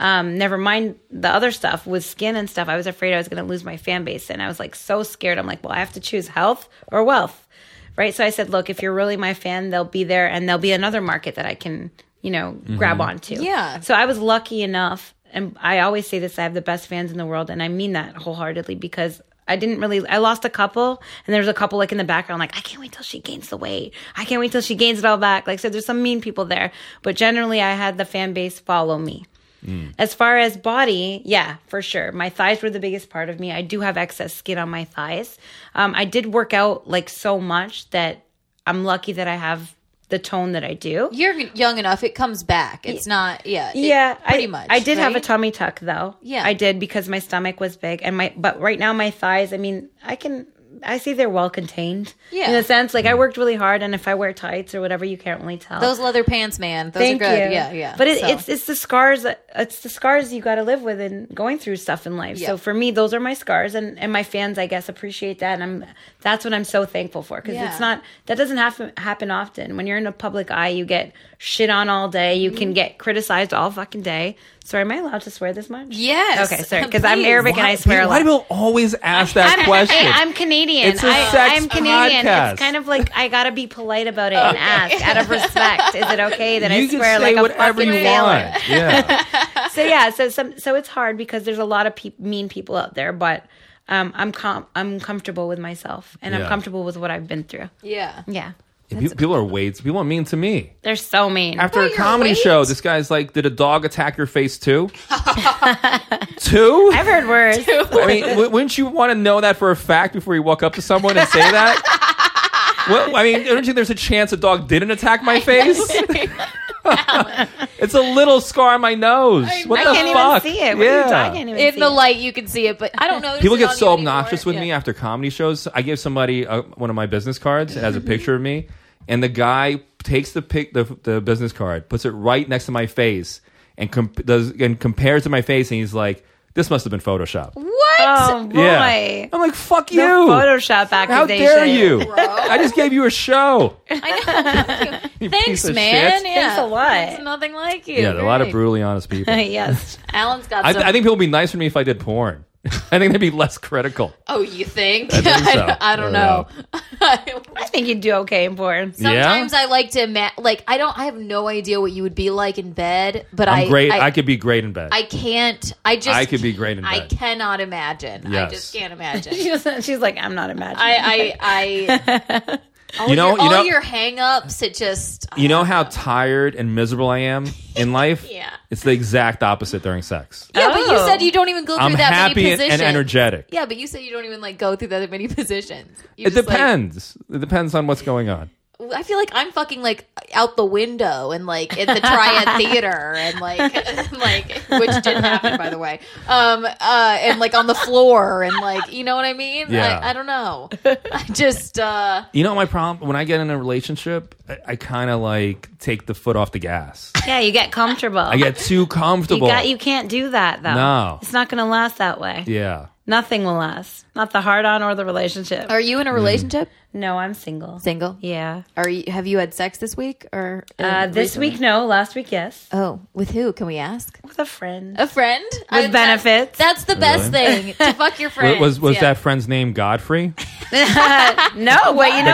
S4: Um, never mind the other stuff with skin and stuff. I was afraid I was going to lose my fan base, and I was like so scared. I'm like, well, I have to choose health or wealth, right? So I said, look, if you're really my fan, they'll be there, and there'll be another market that I can, you know, grab
S2: Mm-hmm.
S4: onto.
S3: Yeah.
S4: So I was lucky enough, and I always say this: I have the best fans in the world, and I mean that wholeheartedly because I didn't really. I lost a couple, and there was a couple like in the background, like I can't wait till she gains the weight. I can't wait till she gains it all back. Like so, there's some mean people there, but generally, I had the fan base follow me. As far as body, yeah, for sure. My thighs were the biggest part of me. I do have excess skin on my thighs. Um, I did work out like so much that I'm lucky that I have the tone that I do.
S3: You're young enough. It comes back. It's not. Yeah. it-
S4: Yeah,
S3: pretty
S4: I,
S3: much.
S4: I did have a
S3: right?
S4: tummy tuck though.
S3: Yeah.
S4: I did because my stomach was big and my. But right now, my thighs. I mean, I can. I say they're well contained.
S3: Yeah.
S4: In a sense, like I worked really hard, and if I wear tights or whatever, you can't really tell.
S3: Those leather pants, man. Those
S4: Thank
S3: are good.
S4: you.
S3: Yeah, yeah.
S4: But it,
S3: So-
S4: it's it's the scars. It's the scars you got to live with and going through stuff in life.
S3: Yeah.
S4: So for me, those are my scars, and and my fans, I guess, appreciate that. And I'm that's what I'm so thankful for because
S3: Yeah.
S4: it's not that doesn't happen happen often. When you're in a public eye, you get shit on all day. You
S3: Mm-hmm.
S4: can get criticized all fucking day. Sorry, am I allowed to swear this much?
S3: Yes.
S4: Okay, sorry, because I'm
S3: Please.
S4: Arabic and I swear a
S2: Why
S4: lot.
S2: do people always ask that
S4: I'm,
S2: question?
S4: hey, I'm Canadian.
S2: It's a
S4: I,
S2: sex
S4: I'm Canadian.
S2: podcast.
S4: It's kind of like I gotta be polite about it and ask out of respect. Is it okay that I
S2: you can
S4: swear
S2: say
S4: like a
S2: whatever
S4: fucking
S2: you
S4: sailor?
S2: want. Yeah.
S4: so yeah, so some so it's hard because there's a lot of peop mean people out there, but um, I'm com- I'm comfortable with myself and
S2: Yeah.
S4: I'm comfortable with what I've been through.
S3: yeah.
S4: Yeah,
S2: Pe- people are way people are mean to me.
S4: they're so mean.
S2: After
S3: Well,
S2: a
S3: you're
S2: comedy
S3: weight.
S2: show, this guy's like, "Did a dog attack your face too?" two.
S4: I've heard worse.
S2: I mean, w- wouldn't you want to know that for a fact before you walk up to someone and say that? well, I mean, don't you think there's a chance a dog didn't attack my face? it's a little scar on my nose. What
S4: I
S2: the
S4: can't
S2: fuck?
S4: even see it. What are you talking? Oh, I can't even
S3: In
S4: see
S3: the
S4: it.
S3: light, you can see it, but I don't know.
S2: People get so obnoxious with me after comedy shows. I gave somebody uh, one of my business cards that has
S3: Mm-hmm.
S2: a picture of me, and the guy takes the pic, the, the business card, puts it right next to my face, and comp- does and compares to my face, and he's like, "This must have been Photoshop."
S3: What?
S4: Oh boy.
S2: Yeah, I'm like, "Fuck you,
S4: No Photoshop accusation.
S2: How dare you? I just gave you a show.
S3: I know. Thanks,
S2: piece of
S3: man.
S2: shit.
S3: Yeah.
S4: Thanks a lot.
S3: It's nothing like you.
S2: Yeah, there are a lot of
S3: Great.
S2: brutally honest people. I,
S4: yes.
S3: Alan's got some.
S2: I think people would be nicer to me if I did porn. I think they'd be less critical.
S3: oh, you think?
S2: think so.
S3: I don't know.
S4: I think you'd do okay in porn.
S3: Sometimes I like to ima- like I don't I have no idea what you would be like in bed, but
S2: I'm
S3: I-
S2: great. I,
S3: I,
S2: could be great in bed.
S3: I can't. I just
S2: I could be great in
S3: I
S2: bed.
S3: cannot imagine.
S2: Yes.
S3: I just can't imagine.
S4: She was, she's like, I'm not imagining.
S3: I I I all
S2: you know,
S3: your,
S2: you
S3: all
S2: know,
S3: your hang-ups it just
S2: you know how tired and miserable I am in life.
S3: Yeah.
S2: it's the exact opposite during sex.
S3: Yeah, but you
S4: Oh.
S3: said you don't even go through
S2: I'm
S3: that
S2: happy
S3: many
S2: and,
S3: positions.
S2: and energetic.
S3: Yeah, but you said you don't even like go through that many positions. You
S2: It
S3: just, like-
S2: depends. it depends on what's going on.
S3: I feel like I'm fucking like out the window and like at the Triad Theater and like like which didn't happen by the way. Um uh and like on the floor and like you know what I mean?
S2: Yeah.
S3: I, I don't know. I just uh
S2: You know, my problem when I get in a relationship, I, I kind of like take the foot off the gas.
S4: yeah, you get comfortable.
S2: I get too
S4: you
S2: comfortable.
S4: got. You can't do that though.
S2: No.
S4: it's not going to last that way.
S2: yeah.
S4: Nothing will last. Not the hard on or the relationship.
S3: are
S2: Mm.
S3: you in a relationship?
S4: no, I'm single.
S3: Single?
S4: Yeah.
S3: Are you have you had sex this week or
S4: Uh, this week, no. Last week, yes.
S3: Oh, with who? Can we ask?
S4: a friend.
S3: A friend
S4: With
S3: that-
S4: benefits.
S3: That's the best thing to fuck your friend.
S2: Was was that friend's name Godfrey?
S4: no, but you know what? He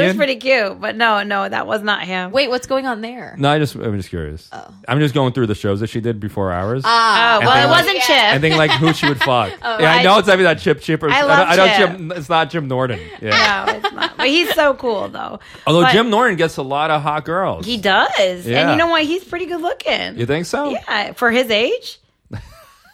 S4: was
S2: comedian?
S4: pretty cute. But no, no, that was not him.
S3: Wait, what's going on there?
S2: No, I just I'm just curious.
S3: Oh.
S2: I'm just going through the shows that she did before ours.
S3: Ah.
S4: Oh, well,
S2: think-
S4: it wasn't Chip.
S2: and think like who she would fuck.
S3: Oh,
S2: yeah, I know it's either that Chip Chip or
S4: I love
S2: I, don't,
S4: Chip.
S2: Jim. It's not Jim Norton. Yeah.
S4: no, it's not. But he's so cool, though.
S2: Although
S4: But
S2: Jim Norton gets a lot of hot girls.
S4: He does. And
S2: Yeah.
S4: you know what? He's pretty good looking.
S2: you think so?
S4: Yeah, for his age.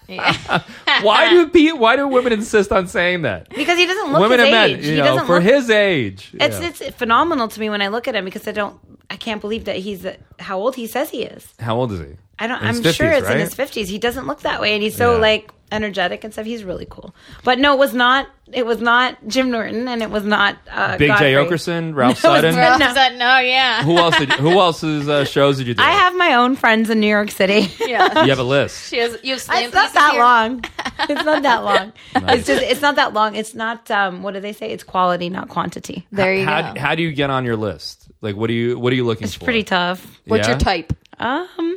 S2: Why do pe- why do women insist on saying that?
S4: Because he doesn't look
S2: women
S4: his
S2: and men,
S4: age.
S2: you
S4: he
S2: know,
S4: doesn't
S2: for
S4: look
S2: his age.
S4: It's
S2: Yeah.
S4: it's phenomenal to me when I look at him because I don't I can't believe that he's how old he says he is.
S2: How old is he?
S4: I don't
S2: In his
S4: I'm sure
S2: 50s,
S4: it's in
S2: right?
S4: his 50s. He doesn't look that way and he's so
S2: Yeah.
S4: like energetic and stuff. He's really cool. But no, it was not it was not Jim Norton and it was not uh
S2: Big
S4: Godfrey.
S2: J Okerson, Ralph
S4: No, it's
S2: Sutton.
S4: not.
S3: All of a sudden, no, yeah.
S2: Who else? Did, who else's uh, shows did you do?
S4: I have my own friends in New York City.
S3: yeah.
S2: You have a list.
S3: She has, you have slam
S4: it's not
S3: pieces
S4: that
S3: here?
S4: long. It's not that long. It's just it's not that long. It's not um what do they say? It's quality, not quantity.
S3: There you
S2: How,
S3: go.
S2: how do you get on your list? Like, what do you what are you looking
S4: It's
S2: for?
S4: pretty tough.
S3: What's your
S2: Yeah?
S3: type?
S4: Um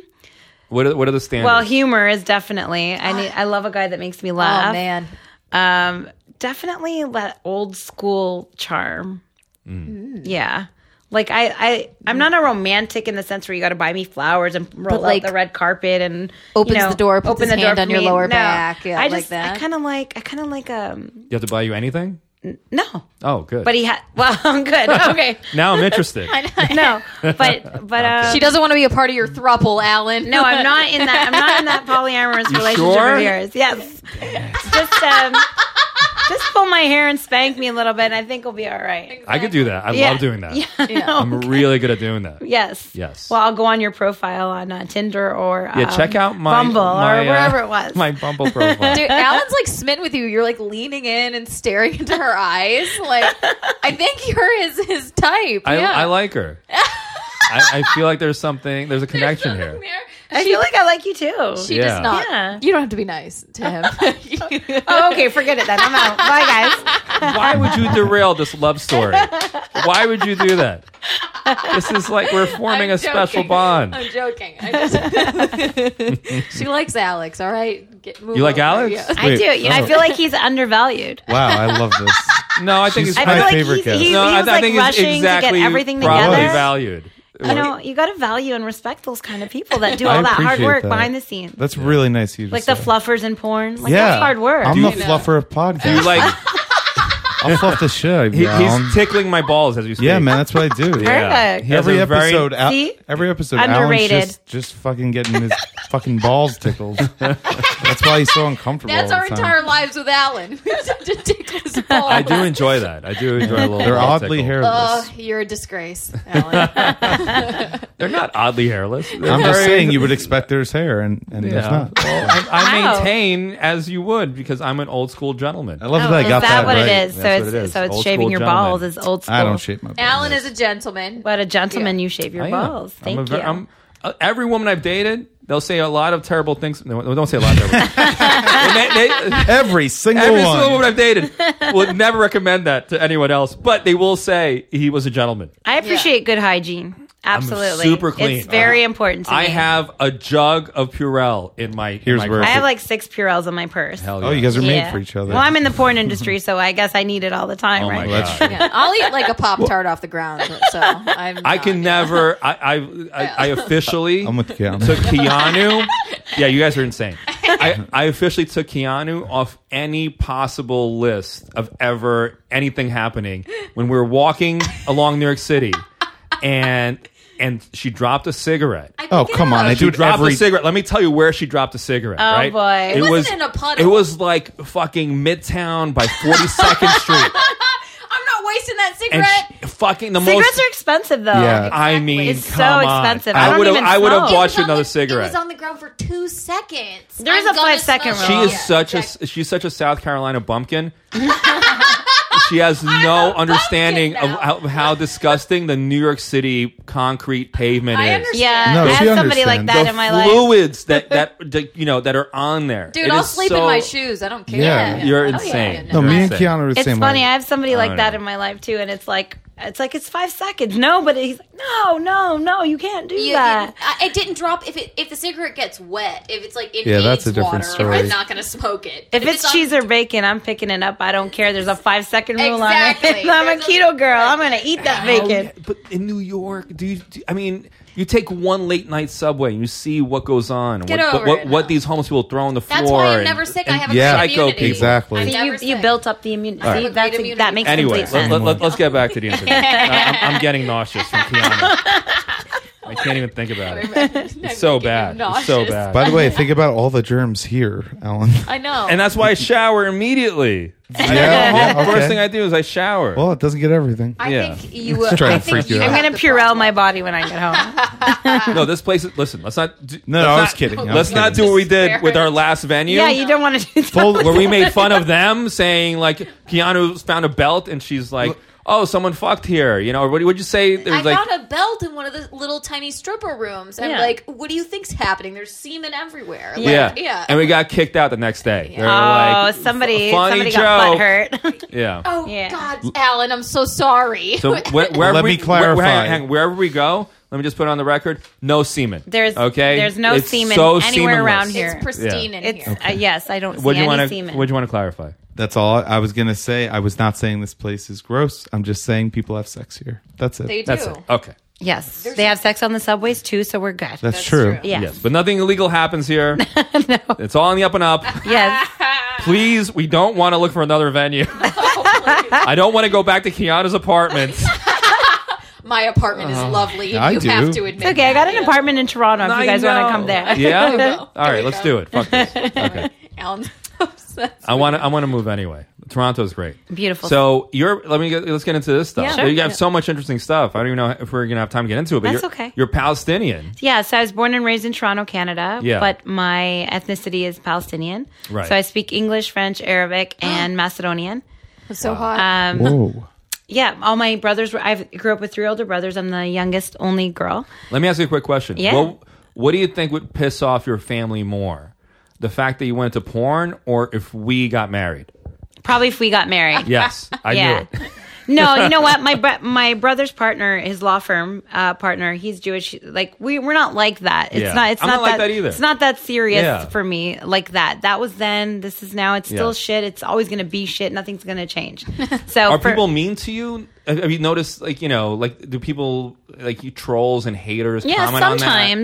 S2: What are, what are the standards?
S4: well, humor is definitely
S3: Ah.
S4: I need I love a guy that makes me laugh.
S3: Oh man,
S4: Um, definitely that old school charm.
S3: Mm.
S4: Yeah. Like I, I, I'm not a romantic in the sense where you got to buy me flowers and roll
S3: like,
S4: out the red carpet and you
S3: opens
S4: know,
S3: the door, puts
S4: open
S3: his
S4: the door
S3: hand
S4: for
S3: on your
S4: me.
S3: lower
S4: No.
S3: back. Yeah,
S4: I
S3: like
S4: just,
S3: that.
S4: I kind of like, I kind of like, um,
S2: you have to buy you anything?
S4: no,
S2: Oh, good.
S4: but he had. Well, I'm good. Okay,
S2: now I'm interested.
S4: no, but but uh,
S3: she doesn't want to be a part of your thruple, Alan.
S4: no, I'm not in that. I'm not in that polyamorous relationship
S2: sure?
S4: of yours. Yes, just um, just pull my hair and spank me a little bit, and I think we'll be all right.
S2: I could do that. I
S4: Yeah.
S2: love doing that.
S4: Yeah.
S2: I'm really good at doing that.
S4: Yes.
S2: Yes.
S4: Well, I'll go on your profile on uh, Tinder or
S2: Yeah,
S4: um,
S2: check out my
S4: Bumble
S2: my,
S4: or
S2: uh,
S4: wherever it was.
S2: My Bumble profile.
S3: Dude, Alan's like smitten with you. You're like leaning in and staring into her eyes. Like, I think you're his his type.
S2: I,
S3: yeah.
S2: I like her. I, I feel like there's something. There's a connection here.
S4: I feel like I like you too.
S3: She
S2: Yeah.
S3: does not.
S4: Yeah.
S3: You don't have to be nice to him.
S4: oh, okay, forget it then. I'm out. Bye, guys.
S2: Why would you derail this love story? Why would you do that? This is like we're forming
S3: I'm
S2: a special
S3: joking.
S2: bond.
S3: I'm joking. I just- she likes Alex. All right, Get, move
S2: You like
S3: over,
S2: Alex?
S3: yeah.
S4: I
S5: Wait,
S4: do. You know, I
S5: oh.
S4: feel like he's undervalued.
S5: Wow, I love this.
S2: No, I think
S5: She's
S2: it's
S4: I
S5: My
S4: feel like
S5: favorite
S4: he's,
S5: guest.
S4: he, he
S2: no, I,
S4: was
S2: I
S4: like
S2: think it's
S4: rushing
S2: exactly
S4: to get everything
S2: properly
S4: together.
S2: valued.
S4: You know, you got to value and respect those kind of people that do all
S5: I
S4: that hard
S5: appreciate
S4: work
S5: that.
S4: behind the scenes,
S5: That's really nice. of You
S4: like
S5: just
S4: the
S5: said.
S4: fluffers in porn. Like
S5: Yeah,
S4: that's hard work.
S5: I'm the
S2: you know?
S5: fluffer of podcasts.
S2: You like
S5: I'll fluff the shit. out of
S2: he,
S5: you, Alan.
S2: he's tickling my balls as you speak.
S5: yeah, man, that's what I do.
S2: Yeah.
S4: Perfect.
S2: He has
S5: Every
S2: a very-
S5: episode, Al-
S4: See?
S5: every episode,
S4: Underrated.
S5: Alan's just, just fucking getting his fucking balls tickled. That's why he's so uncomfortable.
S3: That's
S5: all
S3: our
S5: the time.
S3: entire lives with Alan. We just have to tick his balls.
S2: I do enjoy that. I do enjoy a little.
S5: They're
S2: ball
S5: oddly
S2: tickle.
S5: hairless.
S3: Oh, you're a disgrace, Alan.
S2: They're not oddly hairless. They're
S5: I'm just
S2: very-
S5: saying, you would expect there's hair, and, and there's
S2: Yeah.
S5: not.
S2: Well, I, I
S4: Wow.
S2: maintain as you would because I'm an old school gentleman.
S5: I love
S4: Oh,
S5: that I
S4: is
S5: got
S4: that, what
S5: right.
S4: it is? So
S2: That's what
S4: it's
S2: it is.
S4: so it's
S2: Old
S4: shaving
S2: school
S4: your
S2: gentlemen.
S4: balls is old school.
S5: I don't shape my balls.
S3: Alan is a gentleman.
S4: But a gentleman, you shave your
S2: I am.
S4: balls.
S2: I'm
S4: Thank
S2: a ver-
S4: you.
S2: I'm- uh, every woman I've dated, they'll say a lot of terrible things. No, they don't say a lot of terrible things. And they- they-
S5: Every single
S2: every
S5: one.
S2: single woman I've dated would never recommend that to anyone else, but they will say he was a gentleman.
S4: I appreciate good hygiene. Absolutely,
S2: super clean.
S4: It's very important to
S2: I
S4: me.
S2: have a jug of Purell in my. in
S5: Here's
S2: my
S5: where-
S4: I have like six Purells in my purse.
S2: Hell
S5: oh,
S2: yeah.
S5: you guys are made
S4: Yeah.
S5: for each other.
S4: Well, I'm in the porn industry, so I guess I need it all the time,
S2: Oh my
S4: right?
S2: God.
S5: That's true.
S3: Yeah, I'll eat like a pop tart off the ground. So I'm.
S2: I
S3: not-
S2: can never. I I, I, I officially
S5: I'm with Keanu.
S2: took Keanu. yeah, you guys are insane. I, I officially took Keanu off any possible list of ever anything happening when we were walking along New York City, and and she dropped a cigarette.
S5: oh come on, I
S2: She
S5: do it
S2: dropped
S5: every.
S2: a cigarette. Let me tell you where she dropped a cigarette. Oh right?
S4: boy. It
S3: wasn't in a puddle.
S2: It was like fucking Midtown by Forty Second Street,
S3: I'm not wasting that
S2: and
S3: cigarette.
S2: she, fucking the
S4: Cigarettes
S2: most.
S4: are expensive, though.
S5: Yeah.
S2: I mean,
S4: It's so
S2: come on.
S4: expensive. I
S2: I
S4: don't
S2: would have.
S4: even
S2: I would have
S4: smoke.
S2: bought
S3: It was
S2: you
S3: on
S2: another
S3: the-
S2: cigarette.
S3: It was on the ground for two seconds.
S4: There's a
S3: gonna
S4: five-second
S3: smoke
S4: rule.
S2: She
S3: it.
S2: is
S4: Yeah,
S2: such a she's such a South Carolina bumpkin. she has no understanding of
S3: now.
S2: how, how disgusting the New York City concrete pavement
S3: I
S2: is.
S3: understand.
S4: yeah.
S5: No,
S4: I
S5: she
S4: have somebody
S5: understands.
S4: like that in my
S2: The
S4: life.
S2: fluids that, that that you know that are on there.
S3: Dude,
S2: It
S3: I'll
S2: is
S3: sleep in
S2: so-
S3: my shoes. I don't care.
S5: Yeah.
S2: You're
S3: Oh,
S2: insane.
S3: yeah.
S5: no,
S2: You're
S5: me and
S2: insane.
S5: Keanu are the
S4: It's
S5: same.
S4: funny.
S5: way.
S4: I have somebody like
S2: don't
S4: that
S2: know.
S4: in my life too, and it's like it's like it's five seconds. No, but he's like, no, no, no, you can't do
S3: You-
S4: that.
S3: you- I- it didn't drop. If it if the cigarette gets wet, if it's like in
S5: Yeah, that's a
S3: water,
S5: different story.
S3: I'm not gonna smoke it.
S4: if it's,
S3: on-
S4: cheese or bacon, I'm picking it up. I don't care. There's a five second rule on it.
S3: Exactly.
S4: I'm a
S3: There's a-
S4: keto girl. I'm gonna eat that bacon.
S2: Oh, But in New York, do you? Do, I mean, you take one late night subway and you see what goes on.
S3: Get
S2: what,
S3: over
S2: what,
S3: it
S2: what
S3: now.
S2: these homeless people throw on the floor.
S3: that's why I'm
S2: and-
S3: never sick. I
S2: and-
S3: have a
S5: Yeah,
S3: great immunity.
S2: Psycho
S5: exactly.
S3: I'm
S4: See, you,
S3: never
S4: you
S3: sick.
S4: built up the immunity. See,
S3: Great
S4: that's
S3: immunity.
S4: that makes
S2: Anyway,
S4: complete sense.
S2: let, let, us get back to the interview. I- I'm, I'm getting nauseous from Kiana. I can't even think about it.
S3: it's
S2: so bad. It's so bad.
S5: By the way, think about all the germs here, Alan.
S3: I know.
S2: and that's why I shower immediately.
S5: yeah, yeah, okay.
S2: First thing I do is I shower.
S5: Well, it doesn't get everything.
S3: I
S2: yeah.
S3: think you. Will,
S5: trying
S3: I
S5: to
S3: think
S5: freak you
S3: you
S5: out.
S4: I'm
S3: have
S4: gonna
S3: the
S4: Purell
S3: problem.
S4: my body when I get home.
S2: no, this place. is- Listen, let's not. do-
S5: No,
S2: let's
S5: no, I was
S2: not-
S5: kidding. I
S2: Let's
S5: was
S2: not do
S5: kidding.
S2: what we did with our last venue.
S4: yeah, you don't want to do that.
S5: Full-
S2: where we made fun of them, saying like Keanu found a belt and she's like, "Oh, someone fucked here," you know. Or what would you say? It was
S3: I
S2: like,
S3: found a belt in one of the little tiny stripper rooms. I'm
S4: Yeah.
S3: like, what do you think's happening? There's semen everywhere. Like,
S2: yeah,
S3: yeah.
S2: And we got kicked out the next day. They were
S4: Oh,
S2: like,
S4: somebody,
S2: funny
S4: somebody got butt
S2: joke.
S4: hurt.
S2: Yeah.
S3: oh
S4: Yeah.
S3: God, Alan, I'm so sorry.
S2: So wh- wherever
S5: Let
S2: we,
S5: me
S2: where- where- hang-
S5: clarify.
S2: hang- wherever we go, let me just put it on the record: no semen.
S4: There's
S2: okay.
S4: There's no
S2: It's
S4: semen
S2: so
S4: anywhere
S2: semenless.
S4: around here.
S3: it's pristine in
S4: It's
S3: here.
S4: uh, yes, I don't see
S2: What do you
S4: any
S2: want to?
S4: semen.
S2: What do you want to clarify?
S5: That's all I was gonna say. I was not saying this place is gross. I'm just saying people have sex here. That's it.
S3: They do.
S2: That's it. Okay.
S4: yes, they have sex on the subways too, so we're good.
S5: That's, true.
S3: true.
S4: yes,
S2: Yes, but nothing illegal happens here. It's all on the up and up.
S4: yes.
S2: Please, we don't want to look for another venue.
S4: Oh,
S2: I don't want to go back to Kiana's apartment.
S3: My apartment is lovely.
S5: I
S3: and you
S5: do.
S3: have to admit.
S4: It's okay. I got an
S3: that.
S4: apartment in Toronto. If you guys want to come there,
S2: Yeah. All right,
S3: we
S2: let's
S3: go.
S2: do it. Fuck this. Okay.
S3: Alan's obsessed.
S2: I want to. I want to move anyway. Toronto's great.
S4: Beautiful.
S2: So you're. Let me get. Let's get into this stuff.
S4: Yeah. Sure.
S2: You have
S4: Yeah.
S2: so much interesting stuff. I don't even know if we're gonna have time to get into it. But
S4: That's
S2: you're,
S4: okay.
S2: You're Palestinian.
S4: yeah. So I was born and raised in Toronto, Canada.
S2: Yeah.
S4: But my ethnicity is Palestinian.
S2: Right.
S4: So I speak English, French, Arabic, and Macedonian. Um,
S3: I'm so hot.
S5: Whoa.
S4: Yeah. All my brothers were. I grew up with three older brothers. I'm the youngest, only girl.
S2: Let me ask you a quick question.
S4: Yeah.
S2: What, what do you think would piss off your family more? The fact that you went to porn, or if we got married?
S4: Probably if we got married.
S2: Yes, I
S4: Yeah.
S2: knew it.
S4: no, you know what? My br- my brother's partner, his law firm uh, partner, he's Jewish. Like we we're not like that. It's
S2: Yeah.
S4: not. It's
S2: I'm
S4: not,
S2: not like that either.
S4: It's not that serious
S2: Yeah.
S4: for me. Like that. That was then. This is now. It's still
S2: Yeah.
S4: shit. It's always gonna be shit. Nothing's gonna change. So
S2: Are
S4: for-
S2: people mean to you? Have have you noticed, like you know, like do people like you trolls and haters?
S4: Yeah,
S2: comment on that?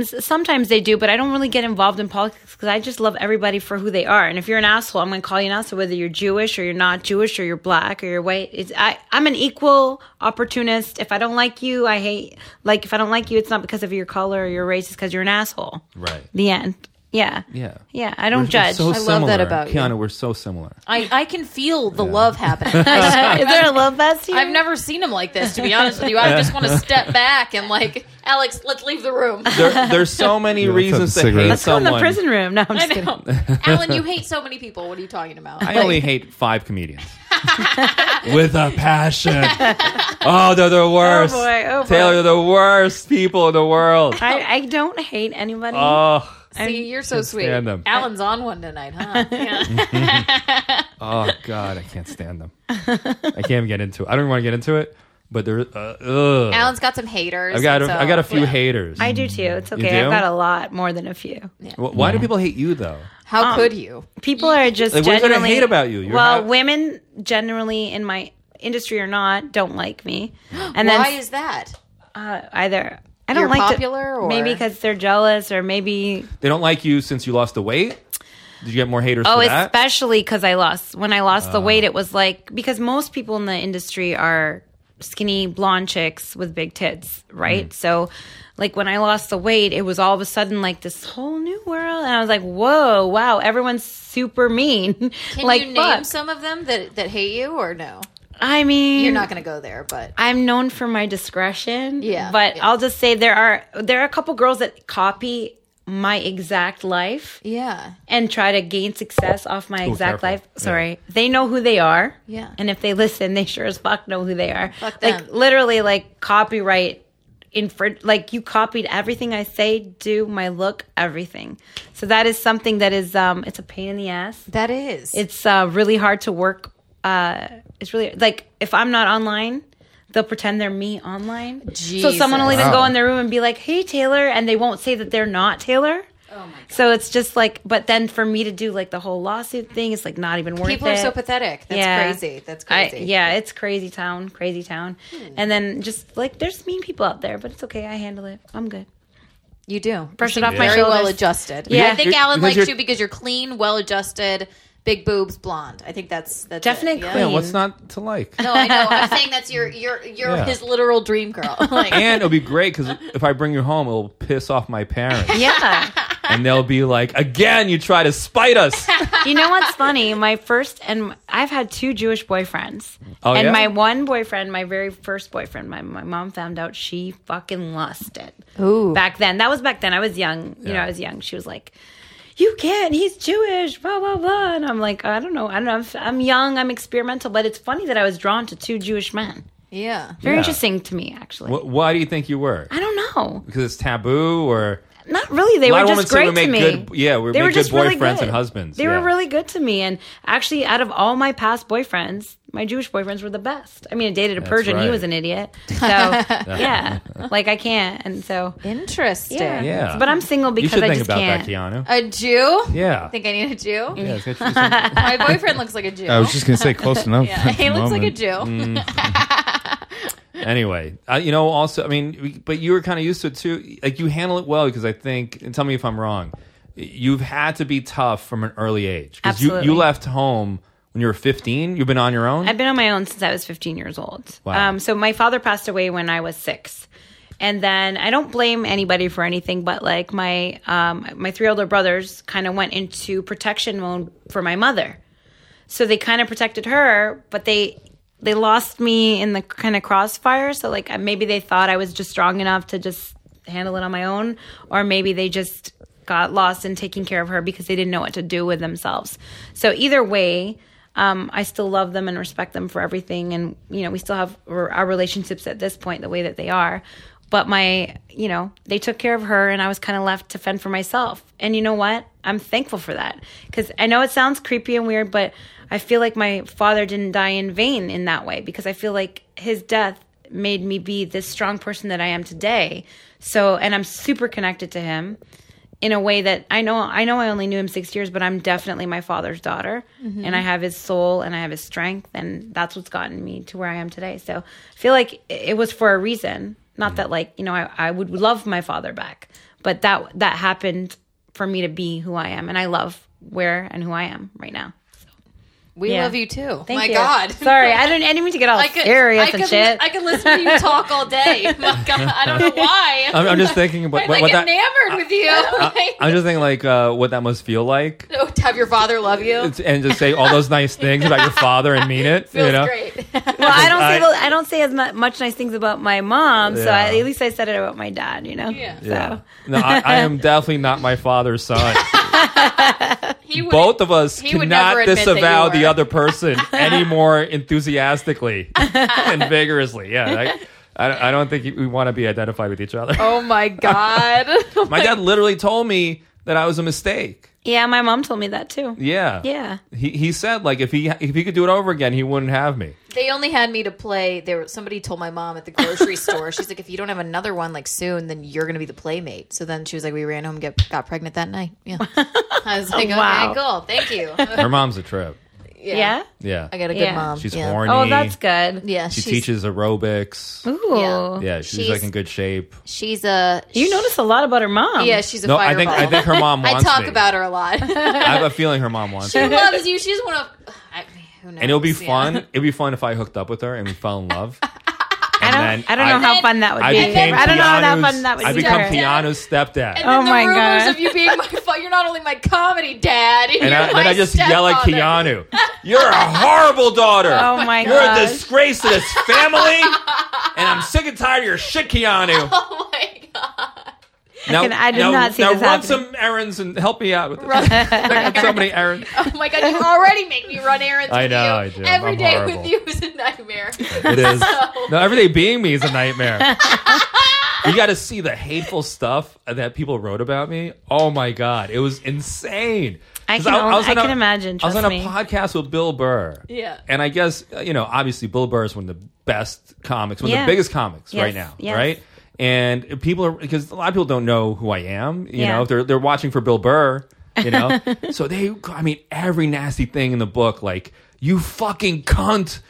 S4: sometimes sometimes they do, but I don't really get involved in politics because I just love everybody for who they are. And if you're an asshole, I'm going to call you an asshole whether you're Jewish or you're not Jewish or you're black or you're white. It's, I I'm an equal opportunist. If I don't like you, I hate. Like if I don't like you, it's not because of your color or your race. It's because you're an asshole.
S2: Right.
S4: The end. Yeah.
S2: Yeah.
S4: Yeah. I don't
S2: We're
S4: judge.
S2: so
S3: love
S2: similar.
S3: that about you.
S2: Kiana. We're so similar.
S3: I, I can feel the love happening.
S4: Is there a love fest here?
S3: I've never seen him like this, to be honest with you. I just want to step back and like, Alex, let's leave the room.
S2: There, there's so many
S5: let's have
S2: reasons
S5: the
S2: to hate
S5: cigarette.
S4: Let's go in
S2: someone.
S4: the prison room. No, I'm
S3: I
S4: just kidding.
S3: know. Alan, you hate so many people. What are you talking about?
S2: I only hate five comedians. With a passion. Oh, they're the worst.
S4: boy, oh, boy.
S2: Taylor, they're the worst people in the world.
S4: I, I don't hate anybody.
S2: Oh,
S3: See, you're so sweet.
S2: stand them.
S3: Alan's on one tonight, huh? Yeah.
S2: oh God, I can't stand them. I can't even get into it. I don't even want to get into it. But there, uh, ugh.
S3: Alan's got some haters.
S2: I've got, a,
S3: so-
S2: I've got a few
S3: Yeah.
S2: haters.
S4: I do too. It's okay.
S2: do?
S4: I've got a lot more than a few.
S2: Wh- Why do people hate you though?
S3: How could you?
S4: people are just
S2: Like, what do they
S4: genuinely
S2: hate about you? You're
S4: well,
S2: not-
S4: women generally in my industry or not don't like me, and
S3: Why
S4: then
S3: is that?
S4: uh, either I don't
S3: You're
S4: like to-
S3: popular or-
S4: maybe because they're jealous or maybe
S2: They don't like you since you lost the weight. Did you get more haters?
S4: oh,
S2: for that?
S4: especially because I lost when I lost the weight. It was like because most people in the industry are skinny blonde chicks with big tits,
S2: Mm.
S4: right? So. Like when I lost the weight, it was all of a sudden like this whole new world, and I was like, "Whoa, wow! Everyone's super mean."
S3: Can
S4: like,
S3: you name
S4: fuck.
S3: some of them that, that hate you or no?
S4: I mean,
S3: You're not going to go there, but
S4: I'm known for my discretion.
S3: Yeah.
S4: But
S3: Yeah.
S4: I'll just say there are there are a couple girls that copy my exact life
S3: yeah.
S4: and try to gain success off my exact
S2: careful.
S4: life.
S2: Yeah.
S4: Sorry. They know who they are.
S3: Yeah.
S4: And if they listen, they sure as fuck know who they are.
S3: Fuck
S4: like
S3: them.
S4: literally like copyright infringed like you copied everything I say, do, my look, everything. So that is something that is um it's a pain in the ass
S3: That is.
S4: it's uh, really hard to work. Uh, it's really like if I'm not online, They'll pretend they're me online. So someone will even
S5: Jesus.
S4: go
S5: Wow.
S4: in their room and be like, "Hey Taylor," and they won't say that they're not Taylor. Oh my God. So it's just like, but then for me to do like the whole lawsuit thing, it's like not even worth
S3: People
S4: it.
S3: are so pathetic. That's crazy. That's
S4: I-
S3: crazy. Hmm.
S4: yeah, it's crazy town, crazy town. And then just like there's mean people out there, but it's okay. I handle it. I'm good.
S3: You do.
S4: Brush
S3: You seem
S4: it off my
S3: Very well
S4: shoulders.
S3: adjusted.
S4: Yeah.
S3: I think
S2: You're-
S3: Alan
S2: because
S3: likes
S2: you're-
S3: you because you're clean, well adjusted, big boobs, blonde. I think that's that's it.
S4: Definite
S3: Yeah.
S4: queen.
S2: Yeah, what's not to like?
S3: No, I know. I'm saying that's your your your
S2: Yeah.
S3: his literal dream girl. Like,
S2: And it'll be great because if I bring you home, it'll piss off my parents,
S4: Yeah.
S2: and they'll be like, "Again, you try to spite us."
S4: you know what's funny? My first and I've had two Jewish boyfriends.
S2: Oh,
S4: and
S2: yeah?
S4: my one boyfriend, my very first boyfriend, my, my mom found out she fucking lost it.
S3: Ooh.
S4: Back then. That was back then. I was young. You know,
S2: Yeah.
S4: I was young. She was like, You can't, he's Jewish, blah, blah, blah. And I'm like, I don't know. I don't know. I'm, I'm young, I'm experimental, but it's funny that I was drawn to two Jewish men.
S3: yeah.
S4: Very
S2: Yeah.
S4: interesting to me, actually.
S2: Wh- Why do you think you were?
S4: I don't know.
S2: Because it's taboo, or
S4: Not really. They
S2: A lot
S4: were
S2: of women
S4: just
S2: say
S4: great
S2: we
S4: to
S2: make
S4: me.
S2: good- yeah, we
S4: They
S2: make
S4: were just
S2: good
S4: really
S2: boyfriends
S4: good.
S2: and husbands,
S4: They
S2: yeah.
S4: were really good to me, and actually, out of all my past boyfriends, my Jewish boyfriends were the best. I mean, I dated a Persian; he
S2: right.
S4: was an idiot. So yeah, like I can't, and so
S3: Interesting.
S4: yeah.
S2: Yeah.
S4: But I'm single
S2: you
S4: because
S2: should
S4: I
S2: think
S4: just
S2: about
S4: can't.
S2: that, Keanu.
S3: A Jew?
S2: yeah.
S3: I think I need a Jew.
S2: yeah, it's got you some-
S3: My boyfriend looks like a Jew.
S5: I was just gonna say close enough.
S3: yeah. He looks like a Jew.
S2: Mm. anyway, uh, you know, also, I mean, we- but you were kind of used to it too. Like you handle it well because I think, and tell me if I'm wrong, you've had to be tough from an early age. 'Cause You,
S4: Absolutely.
S2: you left home when you were 15. You've been on your own.
S4: I've been on my own since I was 15 years old.
S2: Wow.
S4: Um, so my father passed away when I was six. And then I don't blame anybody for anything, but like my um, my three older brothers kind of went into protection mode for my mother, so they kind of protected her, but they they lost me in the kind of crossfire. So like uh, maybe they thought I was just strong enough to just handle it on my own, or maybe they just got lost in taking care of her because they didn't know what to do with themselves. So either way, um, I still love them and respect them for everything, and you know we still have r- our relationships at this point the way that they are. But my, you know, they took care of her, and I was kind of left to fend for myself. And you know what? I'm thankful for that because I know it sounds creepy and weird, but I feel like my father didn't die in vain in that way because I feel like his death made me be this strong person that I am today. So, and I'm super connected to him in a way that I know I know I only knew him 6 years but I'm definitely my father's daughter and I have his soul and I have his strength and that's what's gotten me to where I am today. So I feel like it it was for a reason. Not that like, you know, I, I would love my father back, but that that happened for me to be who I am and I love where and who I am right now.
S3: We
S4: Yeah.
S3: love you too.
S4: Thank
S3: My
S4: you.
S3: God.
S4: Sorry, I didn't I didn't mean to get all
S3: I could,
S4: serious
S3: I could,
S4: and shit.
S3: I could listen to you talk all day. My God, I don't know why.
S2: I'm, I'm just thinking about
S3: I'm
S2: what,
S3: like
S2: what that.
S3: enamored with you. Like,
S2: I'm just thinking like uh, what that must feel like,
S3: to have your father love you
S2: It's- and just say all those nice things about your father and mean it.
S3: feels
S2: you know,
S3: great.
S4: well, I don't say
S2: I-
S4: the, I don't say as mu- much nice things about my mom, so
S2: Yeah.
S4: I, at least I said it about my dad, you know.
S3: Yeah.
S4: So.
S2: Yeah. No, I, I am definitely not my father's son.
S3: He would,
S2: Both of us
S3: he would
S2: cannot
S3: never admit that you
S2: disavow the
S3: were.
S2: other person any more enthusiastically and vigorously. Yeah, I, I, I don't think we want to be identified with each other.
S3: Oh my God.
S2: my dad literally told me that I was a mistake.
S4: Yeah, my mom told me that too.
S2: Yeah,
S4: Yeah.
S2: He, he said like if he if he could do it over again, he wouldn't have me.
S3: they only had me to play. There, was- somebody told my mom at the grocery store. She's like, "If you don't have another one like soon, then you're gonna be the playmate." So then she was like, "We ran home, and get got pregnant that night." Yeah, I was like,
S4: Wow.
S3: "Okay, cool, thank you."
S2: Her mom's a trip.
S4: Yeah.
S2: Yeah,
S3: I got a good
S4: Yeah.
S3: mom.
S2: She's
S3: yeah.
S2: horny.
S4: Oh, that's good.
S3: Yeah,
S2: She
S3: she's,
S2: teaches aerobics.
S4: Ooh.
S3: Yeah.
S2: Yeah, she's,
S3: She's-
S2: like in good shape.
S3: She's a.
S4: You notice a lot about her mom.
S3: Yeah, she's a
S2: No, I
S3: fireball.
S2: think I think her mom
S3: I
S2: wants
S3: talk
S2: me.
S3: about her a lot.
S2: I have a feeling her mom wants
S3: she
S2: me.
S3: loves you. She's one of. I, who knows?
S2: and it'll be
S3: Yeah.
S2: fun. It'd be fun if I hooked up with her and we fell in love.
S4: I
S2: then
S4: don't. I don't know
S2: I-
S4: how fun that would
S2: I
S4: be.
S2: became
S4: I don't know how
S2: Keanu's-
S4: fun that would
S2: I
S4: be.
S2: become
S4: to her.
S2: Keanu's stepdad.
S3: And then
S4: Oh my
S3: the rumors
S4: God.
S3: of you being my fa- you're not only my comedy dad,
S2: and
S3: you're
S2: I,
S3: my
S2: then I just yell at
S3: stepfather.
S2: Keanu, "You're a horrible daughter.
S4: Oh my
S2: You're a
S4: gosh.
S2: disgrace to this family, and I'm sick and tired of your shit, Keanu."
S3: Oh my god!
S2: Now,
S4: can- I did
S2: now,
S4: not see
S2: now
S4: this
S2: run
S4: happening.
S2: some errands and help me out with this. I got so many errands.
S3: Oh my god! You already make me run errands.
S2: I
S3: with
S2: know,
S3: you.
S2: I do.
S3: Every
S2: I'm
S3: day
S2: horrible.
S3: with you is a nightmare.
S2: It is no everyday being me is a nightmare. you got to see the hateful stuff that people wrote about me. Oh my god, it was insane.
S4: I
S2: 'Cause
S4: can only- I
S2: on
S4: can imagine,
S2: I was on
S4: trust
S2: a
S4: me.
S2: podcast with Bill Burr.
S3: Yeah.
S2: and I guess uh, you know, obviously, Bill Burr is one of the best comics, one
S4: Yeah.
S2: of the biggest comics
S4: Yes,
S2: right now,
S4: yes.
S2: right? And people are because a lot of people don't know who I am. You
S4: Yeah.
S2: know, if they're they're watching for Bill Burr. You know, so they, I mean, every nasty thing in the book, like you fucking cunt,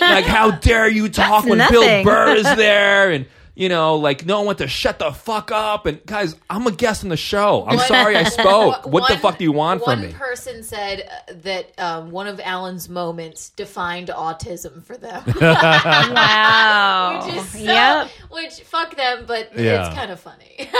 S2: like how dare you talk when Bill
S4: nothing.
S2: Burr is there, and you know, like no one want to shut the fuck up. And guys, I'm a guest on the show. I'm sorry I spoke. What the
S3: One-
S2: fuck do you want from me?
S3: One person said uh, that um, one of Alan's moments defined autism for them.
S4: Wow.
S3: which is so,
S4: Oh, yep.
S3: which fuck them, but
S2: Yeah.
S3: it's kind of funny.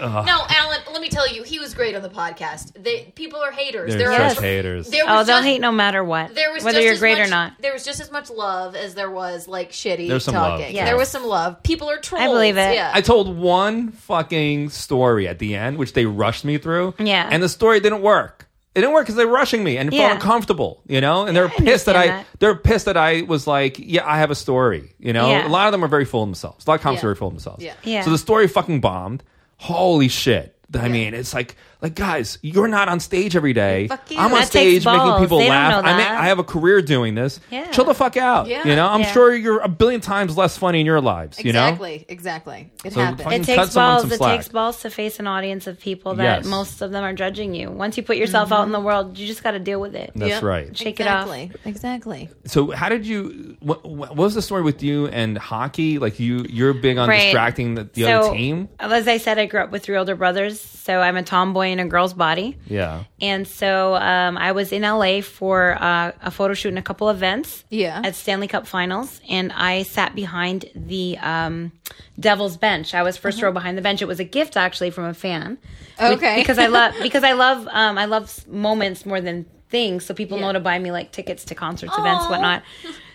S3: no, Alan, let me tell you, he was great on the podcast. They, people are haters.
S2: They're
S3: There
S2: such
S3: are
S4: Yes.
S2: haters.
S3: There
S4: Oh,
S3: was
S4: they'll
S3: just-
S4: hate no matter what,
S3: There was
S4: whether
S3: just
S4: you're
S3: as
S4: great
S3: much,
S4: or not.
S3: There was just as much love as there was like shitty
S2: There's some love,
S3: talking.
S2: yeah.
S3: There was some love. People are trolls.
S4: believe it.
S3: Yeah.
S2: I told one fucking story at the end, which they rushed me through.
S4: Yeah.
S2: And the story didn't work. It didn't work because they're rushing me and it
S4: Yeah.
S2: felt uncomfortable, you know? And they're pissed that I
S4: understand that.
S2: they're pissed that I was like, Yeah, I have a story. You know?
S4: Yeah.
S2: A lot of them are very full of themselves. A lot of comics
S3: Yeah.
S2: are very full of themselves.
S3: Yeah.
S4: Yeah.
S2: So the story fucking bombed. Holy shit. I mean, it's like, like guys, you're not on stage every day.
S4: Fuck you.
S2: I'm on
S4: That
S2: stage
S4: takes
S2: making
S4: balls.
S2: people
S4: They don't
S2: laugh.
S4: know
S2: I mean,
S4: that.
S2: I have a career doing this.
S4: Yeah.
S2: Chill the fuck out.
S3: Yeah.
S2: You know, I'm
S4: Yeah.
S2: sure you're a billion times less funny in your lives. You know,
S3: exactly. Exactly. It
S2: So
S3: happened.
S2: fucking cut
S4: It takes
S2: someone
S4: balls.
S2: some
S4: It
S2: slack.
S4: takes balls to face an audience of people that
S2: Yes. Mm-hmm.
S4: most of them are judging you. Once you put yourself out in the world, you just got to deal with it.
S2: That's
S3: Yep.
S2: right.
S4: Shake it off.
S3: exactly. Exactly.
S2: So how did you? What, what was the story with you and hockey? Like you, you're big on
S4: Right.
S2: distracting the, the
S4: so,
S2: other team.
S4: As I said, I grew up with three older brothers, so I'm a tomboy in a girl's body.
S2: Yeah.
S4: And so um, I was in LA for uh, a photo shoot and a couple events.
S3: Yeah.
S4: At Stanley Cup Finals, and I sat behind the um, Devil's Bench. I was 1st row behind the bench. It was a gift actually from a fan.
S3: Uh-huh. Okay.
S4: Because I love because I love um, I love s- moments more than things. So people
S3: Yeah.
S4: know to buy me like tickets to concerts, events,
S3: Aw.
S4: whatnot.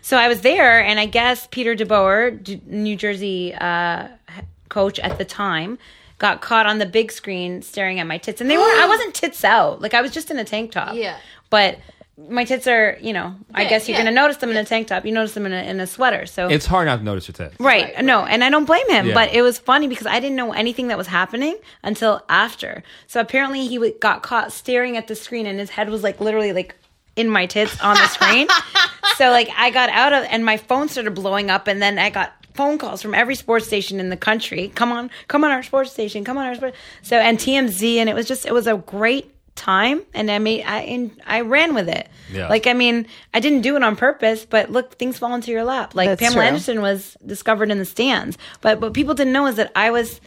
S4: So I was there, and I guess Peter DeBoer, D- New Jersey uh, he- coach at the time. Got caught on the big screen staring at my tits, and they were—I wasn't tits out. Like I was just in a tank top.
S3: Yeah.
S4: But my tits are, you know, I
S3: Big,
S4: guess you're
S3: yeah.
S4: gonna notice them in a tank top. You notice them in a, in a sweater. So
S2: It's hard not to notice your tits.
S4: right,
S3: Right,
S4: no, and I don't blame him.
S2: Yeah.
S4: But it was funny because I didn't know anything that was happening until after. So apparently he w- got caught staring at the screen, and his head was like literally like in my tits on the screen. so like I got out of, and my phone started blowing up, and then I got. Phone calls from every sports station in the country. Come on, come on our sports station. Come on our sports. So and TMZ, and it was just it was a great time, and I made I and I ran with it.
S2: Yeah.
S4: Like I mean, I didn't do it on purpose, but look, things fall into your lap. Like
S3: That's
S4: Pamela
S3: true.
S4: Anderson was discovered in the stands, but what people didn't know is that I was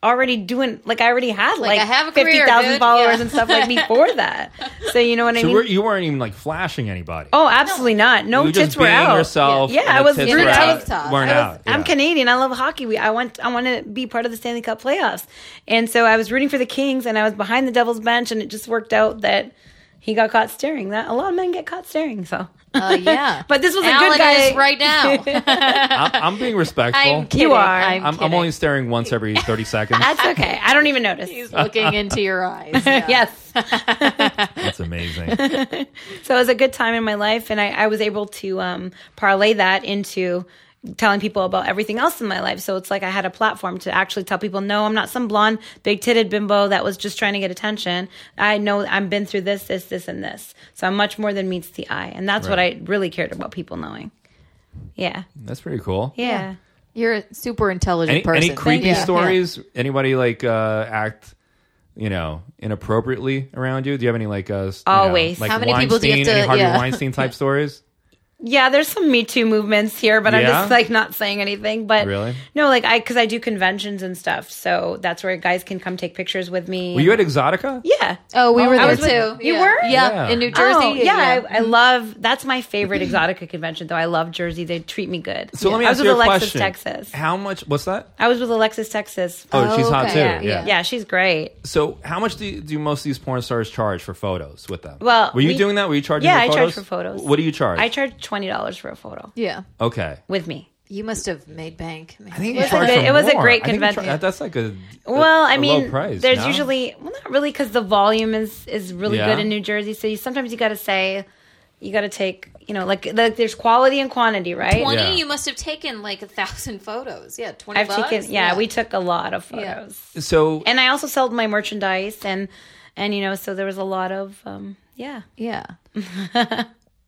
S4: already doing like I already had like,
S3: I have a career,
S4: fifty thousand
S3: dude.
S4: followers
S3: Yeah.
S4: and stuff like before that. So you know what I
S2: So
S4: mean?
S2: we're, you weren't even like flashing anybody.
S4: oh, absolutely not. No
S2: you were
S4: tits
S2: just
S4: were
S2: being
S4: out.
S2: yourself.
S4: Yeah,
S2: and
S4: I
S2: the
S4: was-
S2: tits
S4: you
S2: were
S4: were
S2: out.
S3: TikTok.
S2: Weren't
S3: I was-
S2: out.
S4: I'm
S2: Yeah.
S4: Canadian. I love hockey. We, I want I want to be part of the Stanley Cup playoffs. And so I was rooting for the Kings, and I was behind the Devil's bench, and it just worked out that he got caught staring. That a lot of men get caught staring. So
S3: Uh, yeah.
S4: But this was a
S3: Alan
S4: good guy.
S3: is right now.
S2: I'm, I'm being respectful.
S3: I'm kidding.
S4: are.
S3: I'm,
S2: I'm, I'm
S3: kidding.
S2: only staring once every 30 seconds.
S4: That's okay. I don't even notice.
S3: He's looking into your eyes.
S4: Yes.
S2: That's amazing.
S4: So it was a good time in my life, and I, I was able to um, parlay that into telling people about everything else in my life. So it's like I had a platform to actually tell people, no, I'm not some blonde, big titted bimbo that was just trying to get attention. I know I've been through this, this, this, and this. So I'm much more than meets the eye, and that's what
S2: Right.
S4: I really cared about people knowing. Yeah,
S2: That's pretty cool.
S4: yeah.
S3: You're a super intelligent
S2: Any,
S3: person.
S2: any creepy
S3: Thank you.
S2: stories? Anybody like uh, act, you know, inappropriately around you? Do you have any like uh, s- you know,
S4: Always.
S2: like
S3: How many people do you have
S2: Weinstein, any
S3: to-
S2: Harvey
S3: yeah.
S2: Weinstein type stories?
S4: Yeah, there's some Me Too movements here, but I'm
S2: Yeah?
S4: just like not saying anything. But
S2: Really?
S4: no, like I because I do conventions and stuff, so that's where guys can come take pictures with me.
S2: Were you at Exotica?
S4: yeah.
S3: Oh, we were
S4: I
S3: there
S4: was with-
S3: too.
S4: you
S3: Yeah.
S4: were?
S3: Yeah.
S2: Yeah.
S3: in New Jersey.
S4: Oh, yeah, I, I love that's my favorite Exotica convention. Though I love Jersey; they treat me good.
S2: So let me
S4: I
S2: ask
S4: was
S2: you a
S4: with Alexis
S2: question.
S4: Texas.
S2: How much? What's that?
S4: I was with Alexis Texas.
S2: Oh,
S3: Oh,
S2: she's hot
S3: okay.
S2: too. Yeah.
S3: Yeah,
S4: yeah. she's great.
S2: So how much do you, do most of these porn stars charge for photos with them?
S4: Well,
S2: were you
S4: we-
S2: doing that? Were you charging?
S4: Yeah,
S2: for
S4: I
S2: photos?
S4: charge for photos.
S2: What do you charge?
S4: I charge twenty dollars for a photo
S3: yeah.
S2: Okay.
S4: with me.
S3: You must have made bank.
S2: I think
S3: Yeah.
S2: you charge
S4: good-
S2: for
S4: it was a
S2: more.
S4: great
S2: I think you char-
S4: convention.
S2: that's like a
S4: Well,
S2: I
S4: I mean,
S2: price,
S4: there's
S2: no?
S4: usually well, not really, because the volume is is really
S2: Yeah.
S4: good in New Jersey. So you sometimes you got to say, you got to take you know, like, like there's quality and quantity, right?
S3: 20,
S2: Yeah.
S3: you must have taken like a thousand photos. Yeah, 20
S4: I've
S3: bucks?
S4: taken, yeah, we took a lot of photos.
S3: Yeah.
S2: So
S4: And I also sold my merchandise and, and, you know, so there was a lot of, um, yeah.
S3: Yeah.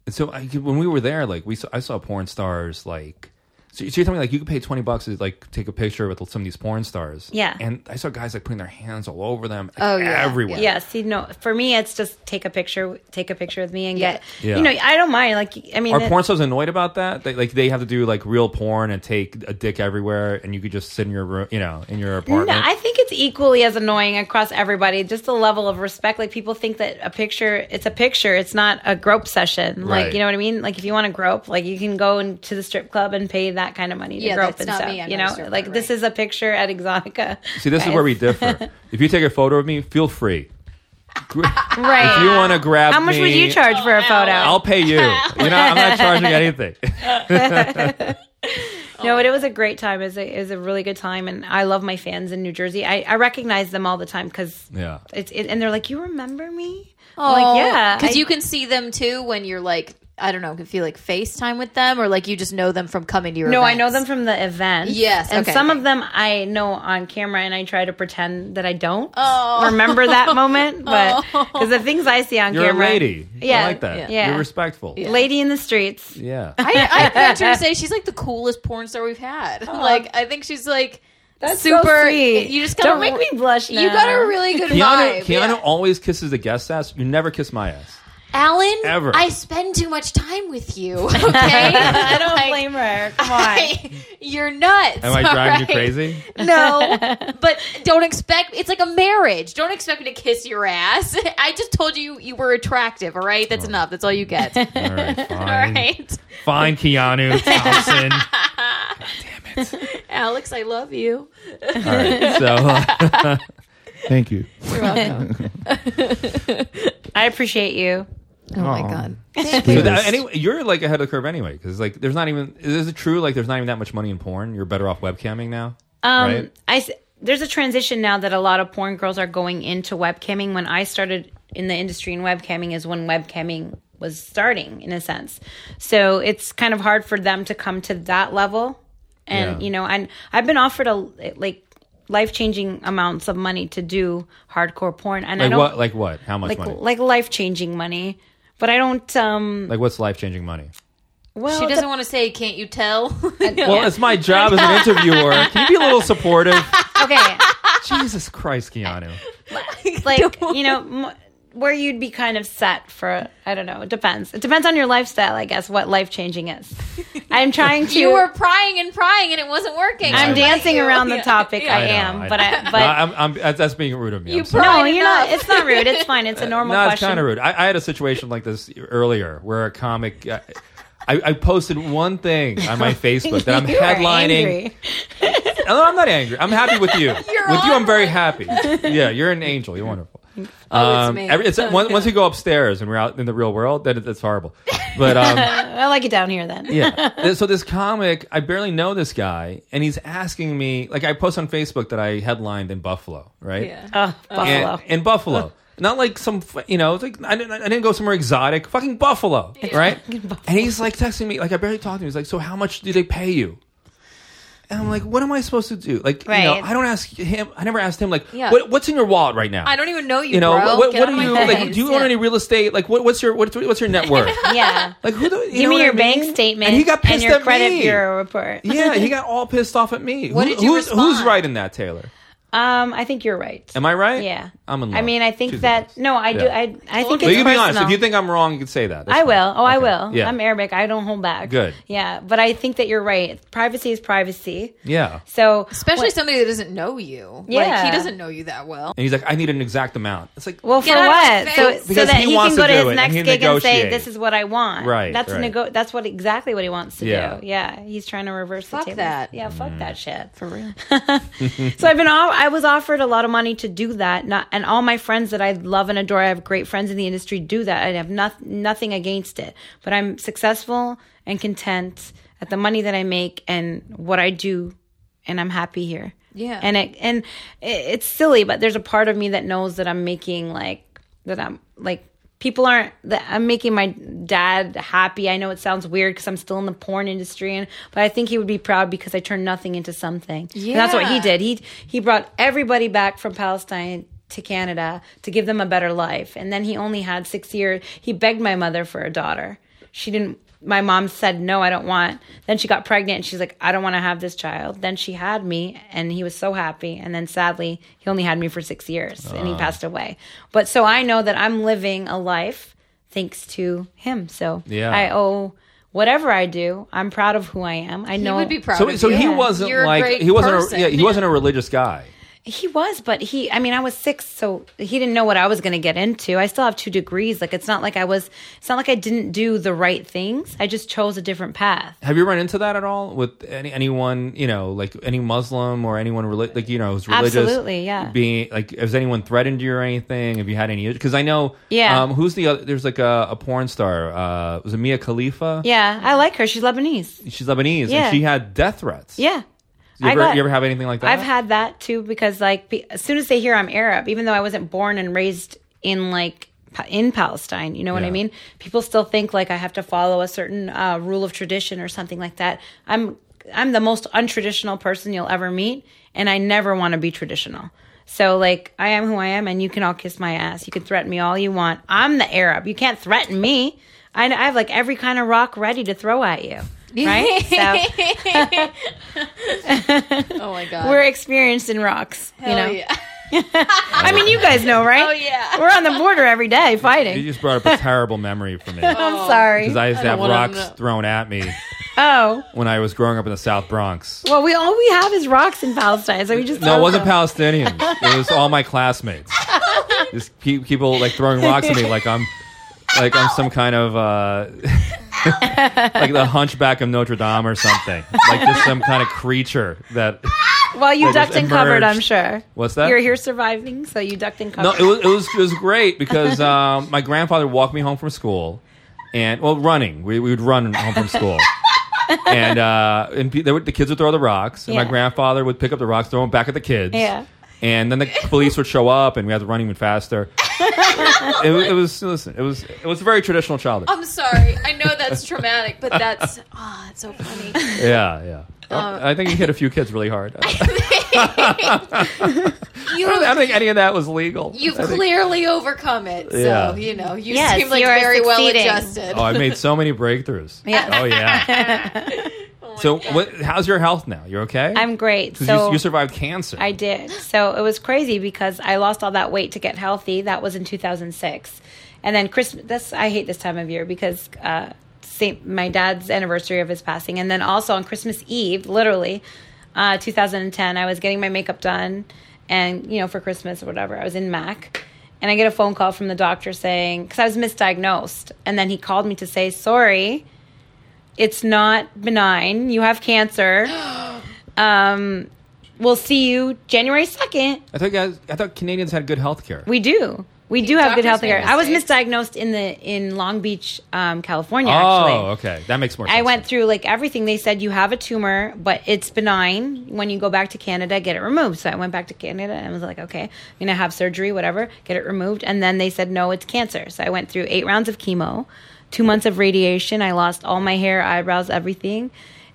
S2: so I, when we were there, like we saw, I saw porn stars like. So you're telling me like you could pay twenty bucks to like take a picture with some of these porn stars?
S4: Yeah.
S2: And I saw guys like putting their hands all over them.
S3: Oh,
S2: oh
S3: yeah.
S2: Everywhere.
S4: Yeah, see, no, for me, it's just take a picture, take a picture with me and get,
S2: Yeah.
S4: you know, I don't mind. Like, I mean,
S2: Are
S4: it-
S2: porn stars annoyed about that? They, like they have to do like real porn and take a dick everywhere, and you could just sit in your room, you know, in your apartment.
S4: No, I think it's equally as annoying across everybody. Just the level of respect. Like people think that a picture, it's a picture. It's not a grope session.
S2: Right.
S4: Like you know what I mean. Like if you want to grope, like you can go into the strip club and pay that kind of money to
S3: Yeah,
S4: grope
S3: that's
S4: and
S3: not
S4: stuff.
S3: me. I'm
S4: you
S3: not a
S4: know,
S3: stripper,
S4: like this
S3: right.
S4: is a picture at Exotica.
S2: See, this is where we differ. if you take a photo of me, feel free. Gr-
S4: right.
S2: If you want to grab
S4: How much would
S2: me,
S4: you charge for
S3: Oh,
S4: a photo?
S2: I'll pay you. You know, I'm not charging anything.
S4: No, but it was a great time. It was a, it was a really good time, and I love my fans in New Jersey. I, I recognize them all the time because
S2: Yeah.
S4: it's it, and they're like, "You remember me?"
S3: Oh,
S4: like, yeah,
S3: Because
S4: I-
S3: you can see them too when you're like, I don't know, if you like FaceTime with them or like you just know them from coming to your
S4: No, I
S3: events.
S4: know them from the event.
S3: Yes,
S4: and
S3: okay,
S4: some
S3: okay.
S4: of them I know on camera, and I try to pretend that I don't
S3: Oh.
S4: remember that moment, but because the things I see on
S2: You're
S4: camera,
S2: a lady.
S4: Yeah,
S2: I like that.
S4: yeah.
S2: You're respectful. Yeah.
S4: lady in the streets.
S3: I, I venture to say she's like the coolest porn star we've had. Like, I think she's like
S4: That's so
S3: super.
S4: sweet.
S3: You just gotta
S4: Don't make me blush
S3: You
S4: now.
S3: got a really good
S2: Keanu,
S3: vibe.
S2: Keanu
S3: yeah.
S2: always kisses the guest ass. You never kiss my ass.
S3: Alan,
S2: Ever.
S3: I spend too much time with you. Okay, I
S4: Don't blame her. Come on.
S3: You're nuts.
S2: Am I
S3: all
S2: driving you
S3: right?
S2: crazy?
S3: No, but don't expect. It's like a marriage. Don't expect me to kiss your ass. I just told you you were attractive. All right, that's enough. That's all you get. all
S2: All right, fine.
S3: right,
S2: Fine, Keanu Thompson.
S3: Alex, I love you.
S2: All right, so uh,
S5: Thank you.
S4: I appreciate you.
S3: Oh my
S5: Aw.
S3: god.
S2: so that,
S5: Yes.
S2: uh, anyway, you're like ahead of the curve anyway, because like there's not even is it true like there's not even that much money in porn. You're better off webcamming now,
S4: Um,
S2: right?
S4: I s- there's a transition now that a lot of porn girls are going into webcamming. When I started in the industry in webcamming, is when webcamming was starting in a sense. So it's kind of hard for them to come to that level, and
S2: Yeah.
S4: you know, and I've been offered a like life changing amounts of money to do hardcore porn, and I
S2: Like
S4: don't
S2: what? Like what? How much
S4: like
S2: money?
S4: like life changing money. But I don't. um
S2: Like what's life changing money?
S4: Well,
S3: She doesn't want to say. Can't you tell?
S2: Well, it's my job as an interviewer. Can you be a little supportive?
S4: okay.
S2: Jesus Christ, Keanu.
S4: like you know m- where you'd be kind of set for i don't know it depends it depends on your lifestyle i guess what life changing is i'm trying to
S3: you were prying and prying, and it wasn't working. I
S4: i'm
S3: like
S4: dancing
S3: you.
S4: around the
S3: Yeah.
S4: topic
S3: Yeah.
S4: i,
S2: know,
S4: am
S2: know.
S4: but i
S2: No,
S4: but
S2: I'm, I'm, that's, that's being rude of me. I'm
S3: You
S2: sorry.
S4: no,
S3: Fine
S4: you're not
S3: enough.
S4: it's not rude it's fine it's a normal
S2: No, it's
S4: question
S2: kind of rude. I, I had a situation like this earlier where a comic. Uh, I, I posted one thing on my Facebook that I'm
S4: You are
S2: headlining.
S4: angry.
S2: No, I'm not angry. I'm happy with you. with you, I'm very happy. Yeah, you're an angel. You're wonderful.
S3: it's
S2: Um,
S3: me.
S2: every- it's, once, once you go upstairs and we're out in the real world, then it, it's horrible. But um,
S4: i like it down here then
S2: yeah. Th- So this comic, I barely know this guy, and he's asking me like I post on Facebook that I headlined in Buffalo, right?
S3: Yeah.
S4: oh
S2: And-
S4: buffalo
S2: In Buffalo. Not like some, fu- you know, it's like I didn't, I didn't go somewhere exotic. Fucking Buffalo, right? And he's like texting me, like I barely talked to him. He's like, "So how much do they pay you?" And I'm like, "What am I supposed to do?" Like, you know,
S4: Right.
S2: I don't ask him. I never asked him, like,
S3: Yeah.
S2: what, "What's in your wallet right now?"
S3: I don't even know you.
S2: you know,
S3: bro.
S2: what, what,
S3: Get
S2: what
S3: out
S2: do
S3: of
S2: you
S3: my
S2: like?
S3: face.
S2: Do you own
S3: Yeah.
S2: any real estate? Like, what, what's your what's, what's your net worth?
S4: yeah
S2: Like, who do you know
S4: give
S2: what
S4: me
S2: I
S4: your bank
S2: mean?
S4: statement
S2: And he got pissed
S4: your
S2: at
S4: credit
S2: me.
S4: bureau report
S2: Yeah, he got all pissed off at me.
S3: What did you
S2: who's,
S3: respond?
S2: who's right in that, Taylor?
S4: um i think you're right
S2: Am I right?
S4: yeah
S2: I'm in love.
S4: i mean i think
S2: She's the
S4: that
S2: best.
S4: no i do
S2: Yeah.
S4: i i think it's
S2: But you can be honest.
S4: personal.
S2: If you think I'm wrong, you can say that. That's
S4: I
S2: fine.
S4: will. Oh, I
S2: Okay.
S4: will.
S2: Yeah.
S4: I'm Arabic. I don't hold back.
S2: Good.
S4: Yeah, but I think that you're right. Privacy is privacy.
S2: Yeah.
S4: So
S3: Especially
S4: what-
S3: somebody that doesn't know you. Like,
S4: Yeah.
S3: he doesn't know you that well.
S2: And he's like, I need an exact amount. It's like,
S4: well,
S3: Get
S4: for
S3: out of
S4: what?
S3: my
S4: So,
S3: face.
S4: so
S2: Because
S4: that
S2: he
S4: he,
S2: wants to
S4: can go to
S2: do
S4: his
S2: it and
S4: next
S2: he
S4: gig and say,
S2: negotiates.
S4: "This is what I want."
S2: Right,
S4: That's
S2: right.
S4: nego- That's what exactly what he wants to
S2: Yeah. Mm.
S4: do. Yeah. He's trying to reverse
S3: Fuck
S4: the tables.
S3: that.
S4: Yeah. Fuck that shit.
S3: For real.
S4: so I've been all, I was offered a lot of money to do that, not, and all my friends that I love and adore, I have great friends in the industry do that. I have not, nothing against it, but I'm successful and content at the money that I make and what I do, and I'm happy here.
S3: Yeah.
S4: and it and it, it's silly, but there's a part of me that knows that I'm making like that I'm like people aren't that I'm making my dad happy. I know it sounds weird because I'm still in the porn industry and but I think he would be proud because I turned nothing into something. And that's what he
S3: Yeah.
S4: did. He he brought everybody back from Palestine to Canada to give them a better life. And then he only had 6 years. He begged my mother for a daughter. She didn't my mom said no, I don't want. Then she got pregnant and she's like I don't want to have this child. Then she had me and he was so happy and then sadly he only had me for 6 years and he passed away. But so I know that I'm living a life thanks to him. So
S2: Yeah.
S4: I owe whatever I do, I'm proud of who I am.
S3: He
S4: I know
S3: would be proud
S2: So,
S3: of
S2: so
S3: you.
S2: he wasn't
S3: You're a
S2: like
S3: great
S2: he wasn't
S3: person.
S2: a, yeah, he wasn't a religious guy.
S4: He was, but he, I mean, I was six, so he didn't know what I was going to get into. I still have two degrees. Like, it's not like I was, it's not like I didn't do the right things. I just chose a different path.
S2: Have you run into that at all with any anyone you know, like any Muslim or anyone reli- like you know who's religious?
S4: Absolutely, yeah.
S2: Being like, has anyone threatened you or anything? Have you had any? Because I know,
S4: Yeah.
S2: Um, who's the other? There's like a, a porn star. Uh, was it Mia Khalifa?
S4: Yeah, I like her. She's Lebanese.
S2: she's Lebanese
S4: Yeah.
S2: and she had death threats.
S4: Yeah.
S2: you
S4: I
S2: ever,
S4: got-
S2: you ever have anything like that?
S4: I've had that too because like pe- as soon as they hear I'm Arab, even though I wasn't born and raised in like Pa- in Palestine, you know what
S2: Yeah.
S4: I mean? People still think like I have to follow a certain uh, rule of tradition or something like that. I'm I'm the most untraditional person you'll ever meet, and I never want to be traditional. So like I am who I am, and you can all kiss my ass. You can threaten me all you want. I'm the Arab. You can't threaten me. I, I have like every kind of rock ready to throw at you, right? so
S3: oh my god.
S4: we're experienced in rocks, you know.
S3: Hell yeah.
S4: I mean, you guys know, right?
S3: Oh, yeah.
S4: We're on the border every day
S2: You
S4: fighting.
S2: just brought up a terrible memory for me because
S4: I'm sorry.
S2: I used to
S3: don't
S2: have
S3: wanna
S2: rocks
S3: know.
S2: thrown at me
S4: oh,
S2: when I was growing up in the South Bronx.
S4: well, we all we have is rocks in Palestine, so we just
S2: No, it
S4: throw
S2: wasn't
S4: them.
S2: Palestinians. It was all my classmates. Just pe- people like throwing rocks at me, like I'm, like I'm some kind of uh, like the Hunchback of Notre Dame or something, like just some kind of creature that.
S4: Well, you
S2: They just
S4: ducked and covered,
S2: emerged.
S4: I'm sure.
S2: What's that?
S4: You're here surviving, so you ducked and
S2: No,
S4: covered.
S2: it was it was it was great because um, my grandfather walked me home from school, and well, running we, we would run home from school, and uh, and pe- they would, the kids would throw the rocks, and my
S4: Yeah.
S2: grandfather would pick up the rocks, throw them back at the kids,
S4: Yeah.
S2: and then the police would show up, and we had to run even faster. it, wa- it was listen, it was it was a very traditional childhood.
S3: I'm sorry. I know that's traumatic, but that's ah, it's so funny.
S2: yeah, yeah.
S4: Oh.
S2: I think he hit a few kids really hard. I don't, I
S3: You
S2: don't think any of that was legal.
S3: you've
S2: I think-
S3: clearly overcome it. So,
S2: Yeah.
S3: you know, you
S4: Yes,
S3: seem like
S4: you are
S3: very well
S4: succeeding.
S3: adjusted.
S2: Oh, I made so many breakthroughs.
S4: Yeah. Oh,
S2: Oh yeah. so what? How's your health now? You're okay?
S4: I'm great.
S2: 'Cause
S4: So
S2: you, you survived cancer.
S4: I did. So it was crazy because I lost all that weight to get healthy. That was in 2006. And then Christmas, that's, I hate this time of year because uh, Saint, my dad's anniversary of his passing. And then also on Christmas Eve, literally, uh, 2010, I was getting my makeup done and, you know, for Christmas or whatever. I was in MAC. And I get a phone call from the doctor saying, because I was misdiagnosed. And then he called me to say, sorry, it's not benign. You have cancer. um, we'll see you January 2nd.
S2: I thought guys, I thought Canadians had good health care.
S4: We do. We do have good health
S3: doctors
S4: care.
S3: make
S4: I was
S3: mistakes.
S4: misdiagnosed in the in Long Beach, um, California. actually,
S2: oh, okay, that makes more sense.
S4: I went through like everything. They said you have a tumor, but it's benign. When you go back to Canada, get it removed. So I went back to Canada and I was like, okay, I'm gonna have surgery, whatever, get it removed. And then they said no, it's cancer. So I went through eight rounds of chemo, two months of radiation. I lost all my hair, eyebrows, everything.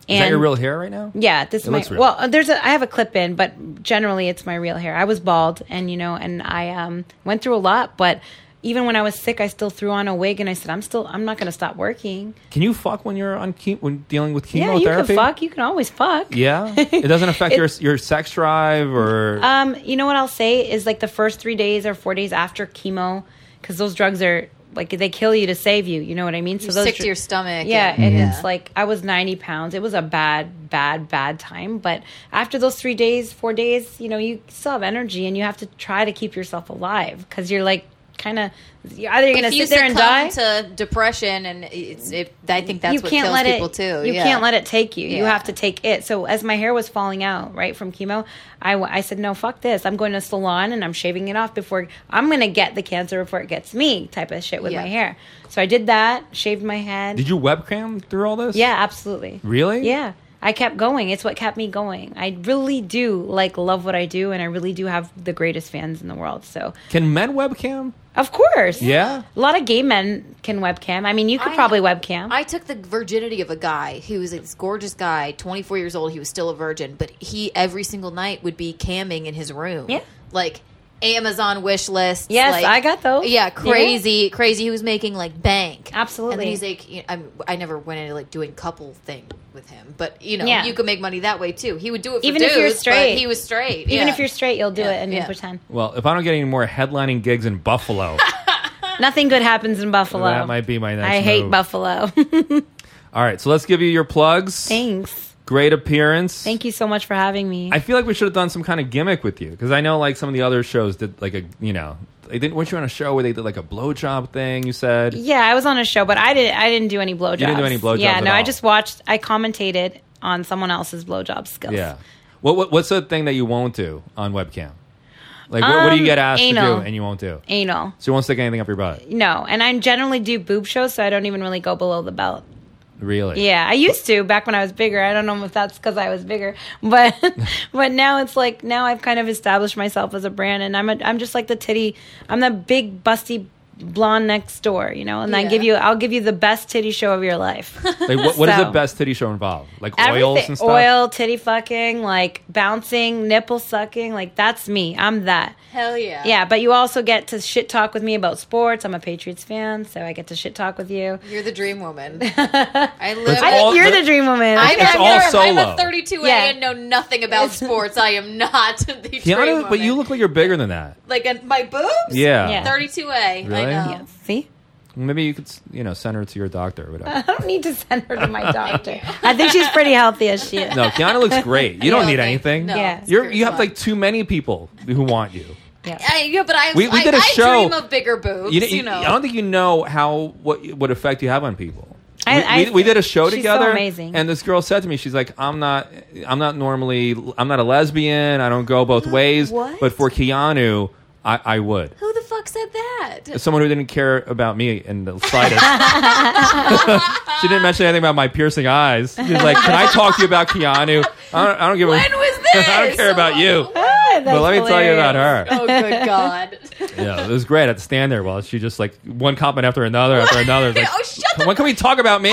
S2: Is
S4: And
S2: that your real hair right now?
S4: yeah, this is my
S2: looks real.
S4: well. uh, There's a I have a clip in, but generally it's my real hair. I was bald, and you know, and I um went through a lot, but even when I was sick, I still threw on a wig, and I said, I'm still I'm not going to stop working.
S2: Can you fuck when you're on chem- when dealing with
S4: Yeah,
S2: chemotherapy?
S4: you can fuck. You can always fuck.
S2: Yeah, it doesn't affect your your sex drive or.
S4: Um, you know what I'll say is like the first three days or four days after chemo, because those drugs are like they kill you to save you. You know what I mean? So
S3: You're
S4: those
S3: sick to
S4: dr-
S3: your stomach.
S4: Yeah,
S3: and-
S4: and it's like I was 90 pounds. It was a bad, bad, bad time. But after those three days, four days, you know, you still have energy and you have to try to keep yourself alive because you're like kind of you're either going to
S3: if you
S4: sit there and
S3: succumb
S4: die.
S3: to depression, and it's, it, I think that's
S4: you
S3: what
S4: can't
S3: kills
S4: let
S3: people
S4: it.
S3: too.
S4: You
S3: yeah.
S4: can't let it take you. You
S3: Yeah.
S4: have to take it. So as my hair was falling out, right from chemo, I, w- I said no, fuck this. I'm going to salon and I'm shaving it off before I'm going to get the cancer before it gets me. Type of shit with
S3: Yeah.
S4: my hair. So I did that. Shaved my head.
S2: did you webcam through all this?
S4: Yeah, absolutely.
S2: Really?
S4: Yeah. I kept going. It's what kept me going. I really do like love what I do, and I really do have the greatest fans in the world. So,
S2: Can men webcam?
S4: of course,
S2: Yeah.
S4: a lot of gay men can webcam. I mean, you could
S3: I-
S4: probably webcam.
S3: I took the virginity of a guy who was this gorgeous guy, 24 years old. He was still a virgin, but he every single night would be camming in his room.
S4: Yeah.
S3: Like Amazon wish lists.
S4: Yes,
S3: like-
S4: I got those.
S3: Yeah, crazy, crazy. He was making like bank. And
S4: Absolutely.
S3: then he's like, you know, I'm, I never went into like doing couple thing with him, but you know,
S4: Yeah.
S3: you could make money that way too. He would do it for
S4: Even if you're
S3: dudes, but
S4: straight.
S3: he was straight.
S4: Even
S3: yeah.
S4: if you're straight, you'll do
S3: Yeah,
S4: it and
S3: yeah.
S4: you'll pretend.
S2: Well, if I don't get any more headlining gigs in Buffalo,
S4: Nothing good happens in Buffalo.
S2: that might be my next
S4: I hate
S2: move.
S4: Buffalo.
S2: All right, so let's give you your plugs.
S4: Thanks.
S2: Great appearance.
S4: Thank you so much for having me.
S2: I feel like we should have done some kind of gimmick with you because I know like some of the other shows did like a you know they didn't weren't you on a show where they did like a blowjob thing you said
S4: yeah, I was on a show, but I didn't. I didn't do any blowjobs.
S2: didn't do any blowjobs
S4: Yeah,
S2: at
S4: no. I
S2: all.
S4: just watched. I commentated on someone else's blowjob skills.
S2: yeah what, what what's the thing that you won't do on webcam like what, what do you
S4: Um,
S2: get asked
S4: anal.
S2: to do and you won't do
S4: Anal.
S2: so you won't stick anything up your butt
S4: No, and I generally do boob shows, so I don't even really go below the belt.
S2: really
S4: Yeah, I used to back when I was bigger. I don't know if that's because I was bigger, but but now it's like now I've kind of established myself as a brand, and I'm a, I'm just like the titty. I'm the big busty blonde next door, you know. And I
S3: Yeah.
S4: give you, I'll give you the best titty show of your life.
S2: like what, what does
S4: So-
S2: the best titty show involve like oils
S4: Everything,
S2: and stuff
S4: oil, titty fucking, like bouncing, nipple sucking, like that's me. I'm that.
S3: Hell yeah.
S4: Yeah, but you also get to shit talk with me about sports. I'm a Patriots fan, so I get to shit talk with you.
S3: You're the dream woman. I live.
S4: I think
S2: all-
S4: you're
S2: that-
S4: the dream woman.
S3: I'm,
S2: It's
S3: I'm,
S2: all
S3: a- I'm
S2: solo.
S3: a 32
S4: Yeah.
S3: and know nothing about sports. I am not the dream
S2: Kiana, but
S3: woman.
S2: you look like you're bigger than that
S3: like a, my boobs.
S2: yeah.
S4: Yeah.
S3: 32 A. I know.
S2: Really?
S4: Yeah, see?
S2: maybe you could you know send her to your doctor or whatever
S4: I don't need to send her to my doctor. I think she's pretty healthy as she is.
S2: no Kiana looks great you don't
S3: Yeah,
S2: need
S3: okay.
S2: anything
S3: No,
S4: Yeah.
S3: it's
S2: you're
S3: very
S2: you have
S3: fun.
S2: like too many people who want you.
S3: I, yeah, but I
S2: We- we
S3: I-
S2: did a
S3: I
S2: show.
S3: dream of bigger boobs.
S2: you,
S3: You,
S2: didn't- you-
S3: know.
S2: I don't think you know how what what effect you have on people.
S4: I-
S2: we,
S4: I-
S2: we- we did a show
S4: she's so
S2: together,
S4: amazing.
S2: and this girl said to me, "She's like, I'm not, I'm not normally, I'm not a lesbian. I don't go both ways.
S3: what?
S2: But for Keanu, I, I would.
S3: Who the fuck said that?
S2: As someone who didn't care about me in the slightest, she didn't mention anything about my piercing eyes. She's like, "Can I talk to you about Keanu? I don't, I don't give a,
S3: When was this?
S2: I don't care about you.
S4: Ah, that's
S2: But let me tell you about
S4: hilarious.
S2: her.
S3: Oh, good God.
S2: Yeah, it was great. I had to stand there while she just like one comment after another after another. It's Like,
S3: Oh, shut the
S2: when can we talk about me?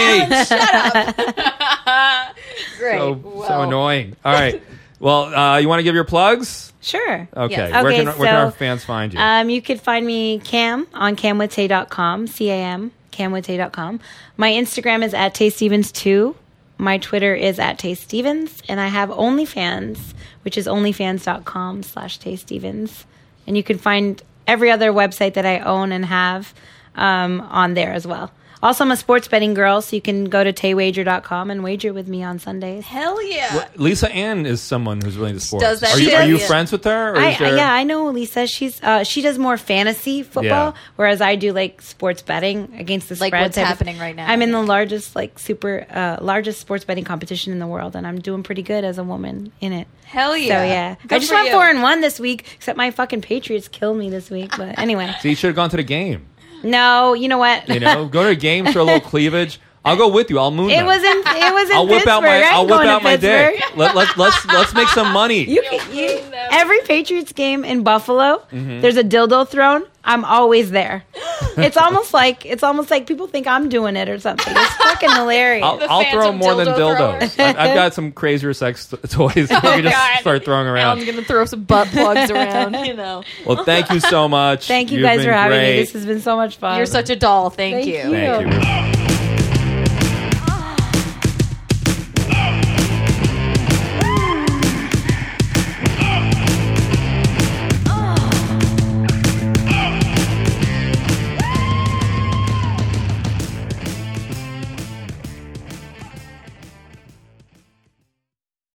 S3: Great.
S2: so,
S3: well,
S2: so annoying. All right. Well, uh, you want to give your plugs?
S4: Sure.
S2: Okay.
S4: Yes.
S2: Where,
S4: Okay,
S2: can, where can
S4: so,
S2: our fans find you?
S4: Um, you could find me Cam on camwitay.com, C A M, camwitay.com. My Instagram is at taystevens2. My Twitter is at taystevens. And I have OnlyFans, which is onlyfans.com slash taystevens. And you can find every other website that I own and have um, on there as well. Also, I'm a sports betting girl, so you can go to taywager.com and wager with me on Sundays.
S3: hell yeah.
S2: Lisa Ann is someone who's really into sports.
S3: does that
S2: are you,
S3: shit.
S2: are you
S3: Yeah.
S2: friends with her? Or
S4: I,
S2: is there,
S4: yeah, I know Lisa. She's uh, she does more fantasy football,
S2: Yeah.
S4: whereas I do like sports betting against the
S3: Like
S4: spread.
S3: what's
S4: type of-
S3: happening right now.
S4: I'm in the largest like super uh, largest sports betting competition in the world, and I'm doing pretty good as a woman in it.
S3: Hell yeah.
S4: So yeah,
S3: Good
S4: I just
S3: for
S4: went
S3: you.
S4: four and one this week. Except my fucking Patriots killed me this week. But anyway,
S2: So you should have gone to the game.
S4: no, you know what?
S2: You know, go to a game, show a little cleavage. I'll go with you. I'll moon.
S4: it
S2: them.
S4: was in it was in
S2: I'll whip
S4: Pittsburgh.
S2: out my.
S4: I ain't
S2: I'll whip
S4: going to
S2: out my
S4: Pittsburgh.
S2: dick. Let, let, let's let's make some money.
S4: You can, you, every Patriots game in Buffalo,
S2: Mm-hmm.
S4: there's a dildo thrown. I'm always there. it's almost like it's almost like people think I'm doing it or something. It's fucking hilarious.
S2: I'll, I'll throw
S3: phantom
S2: more than
S3: dildo thrower.
S2: dildos. I've, I've got some crazier sex t- toys
S4: Oh,
S2: that we can just
S3: God.
S2: start throwing around.
S4: Um,
S3: I'm going to throw some butt plugs around, you know.
S2: Well, thank you so much.
S4: Thank you
S2: You've
S4: guys
S2: been
S4: for having me.
S2: great. Um,
S4: This has been so much fun.
S3: You're such a doll. Thank,
S4: Thank
S3: you.
S4: you.
S2: Thank you.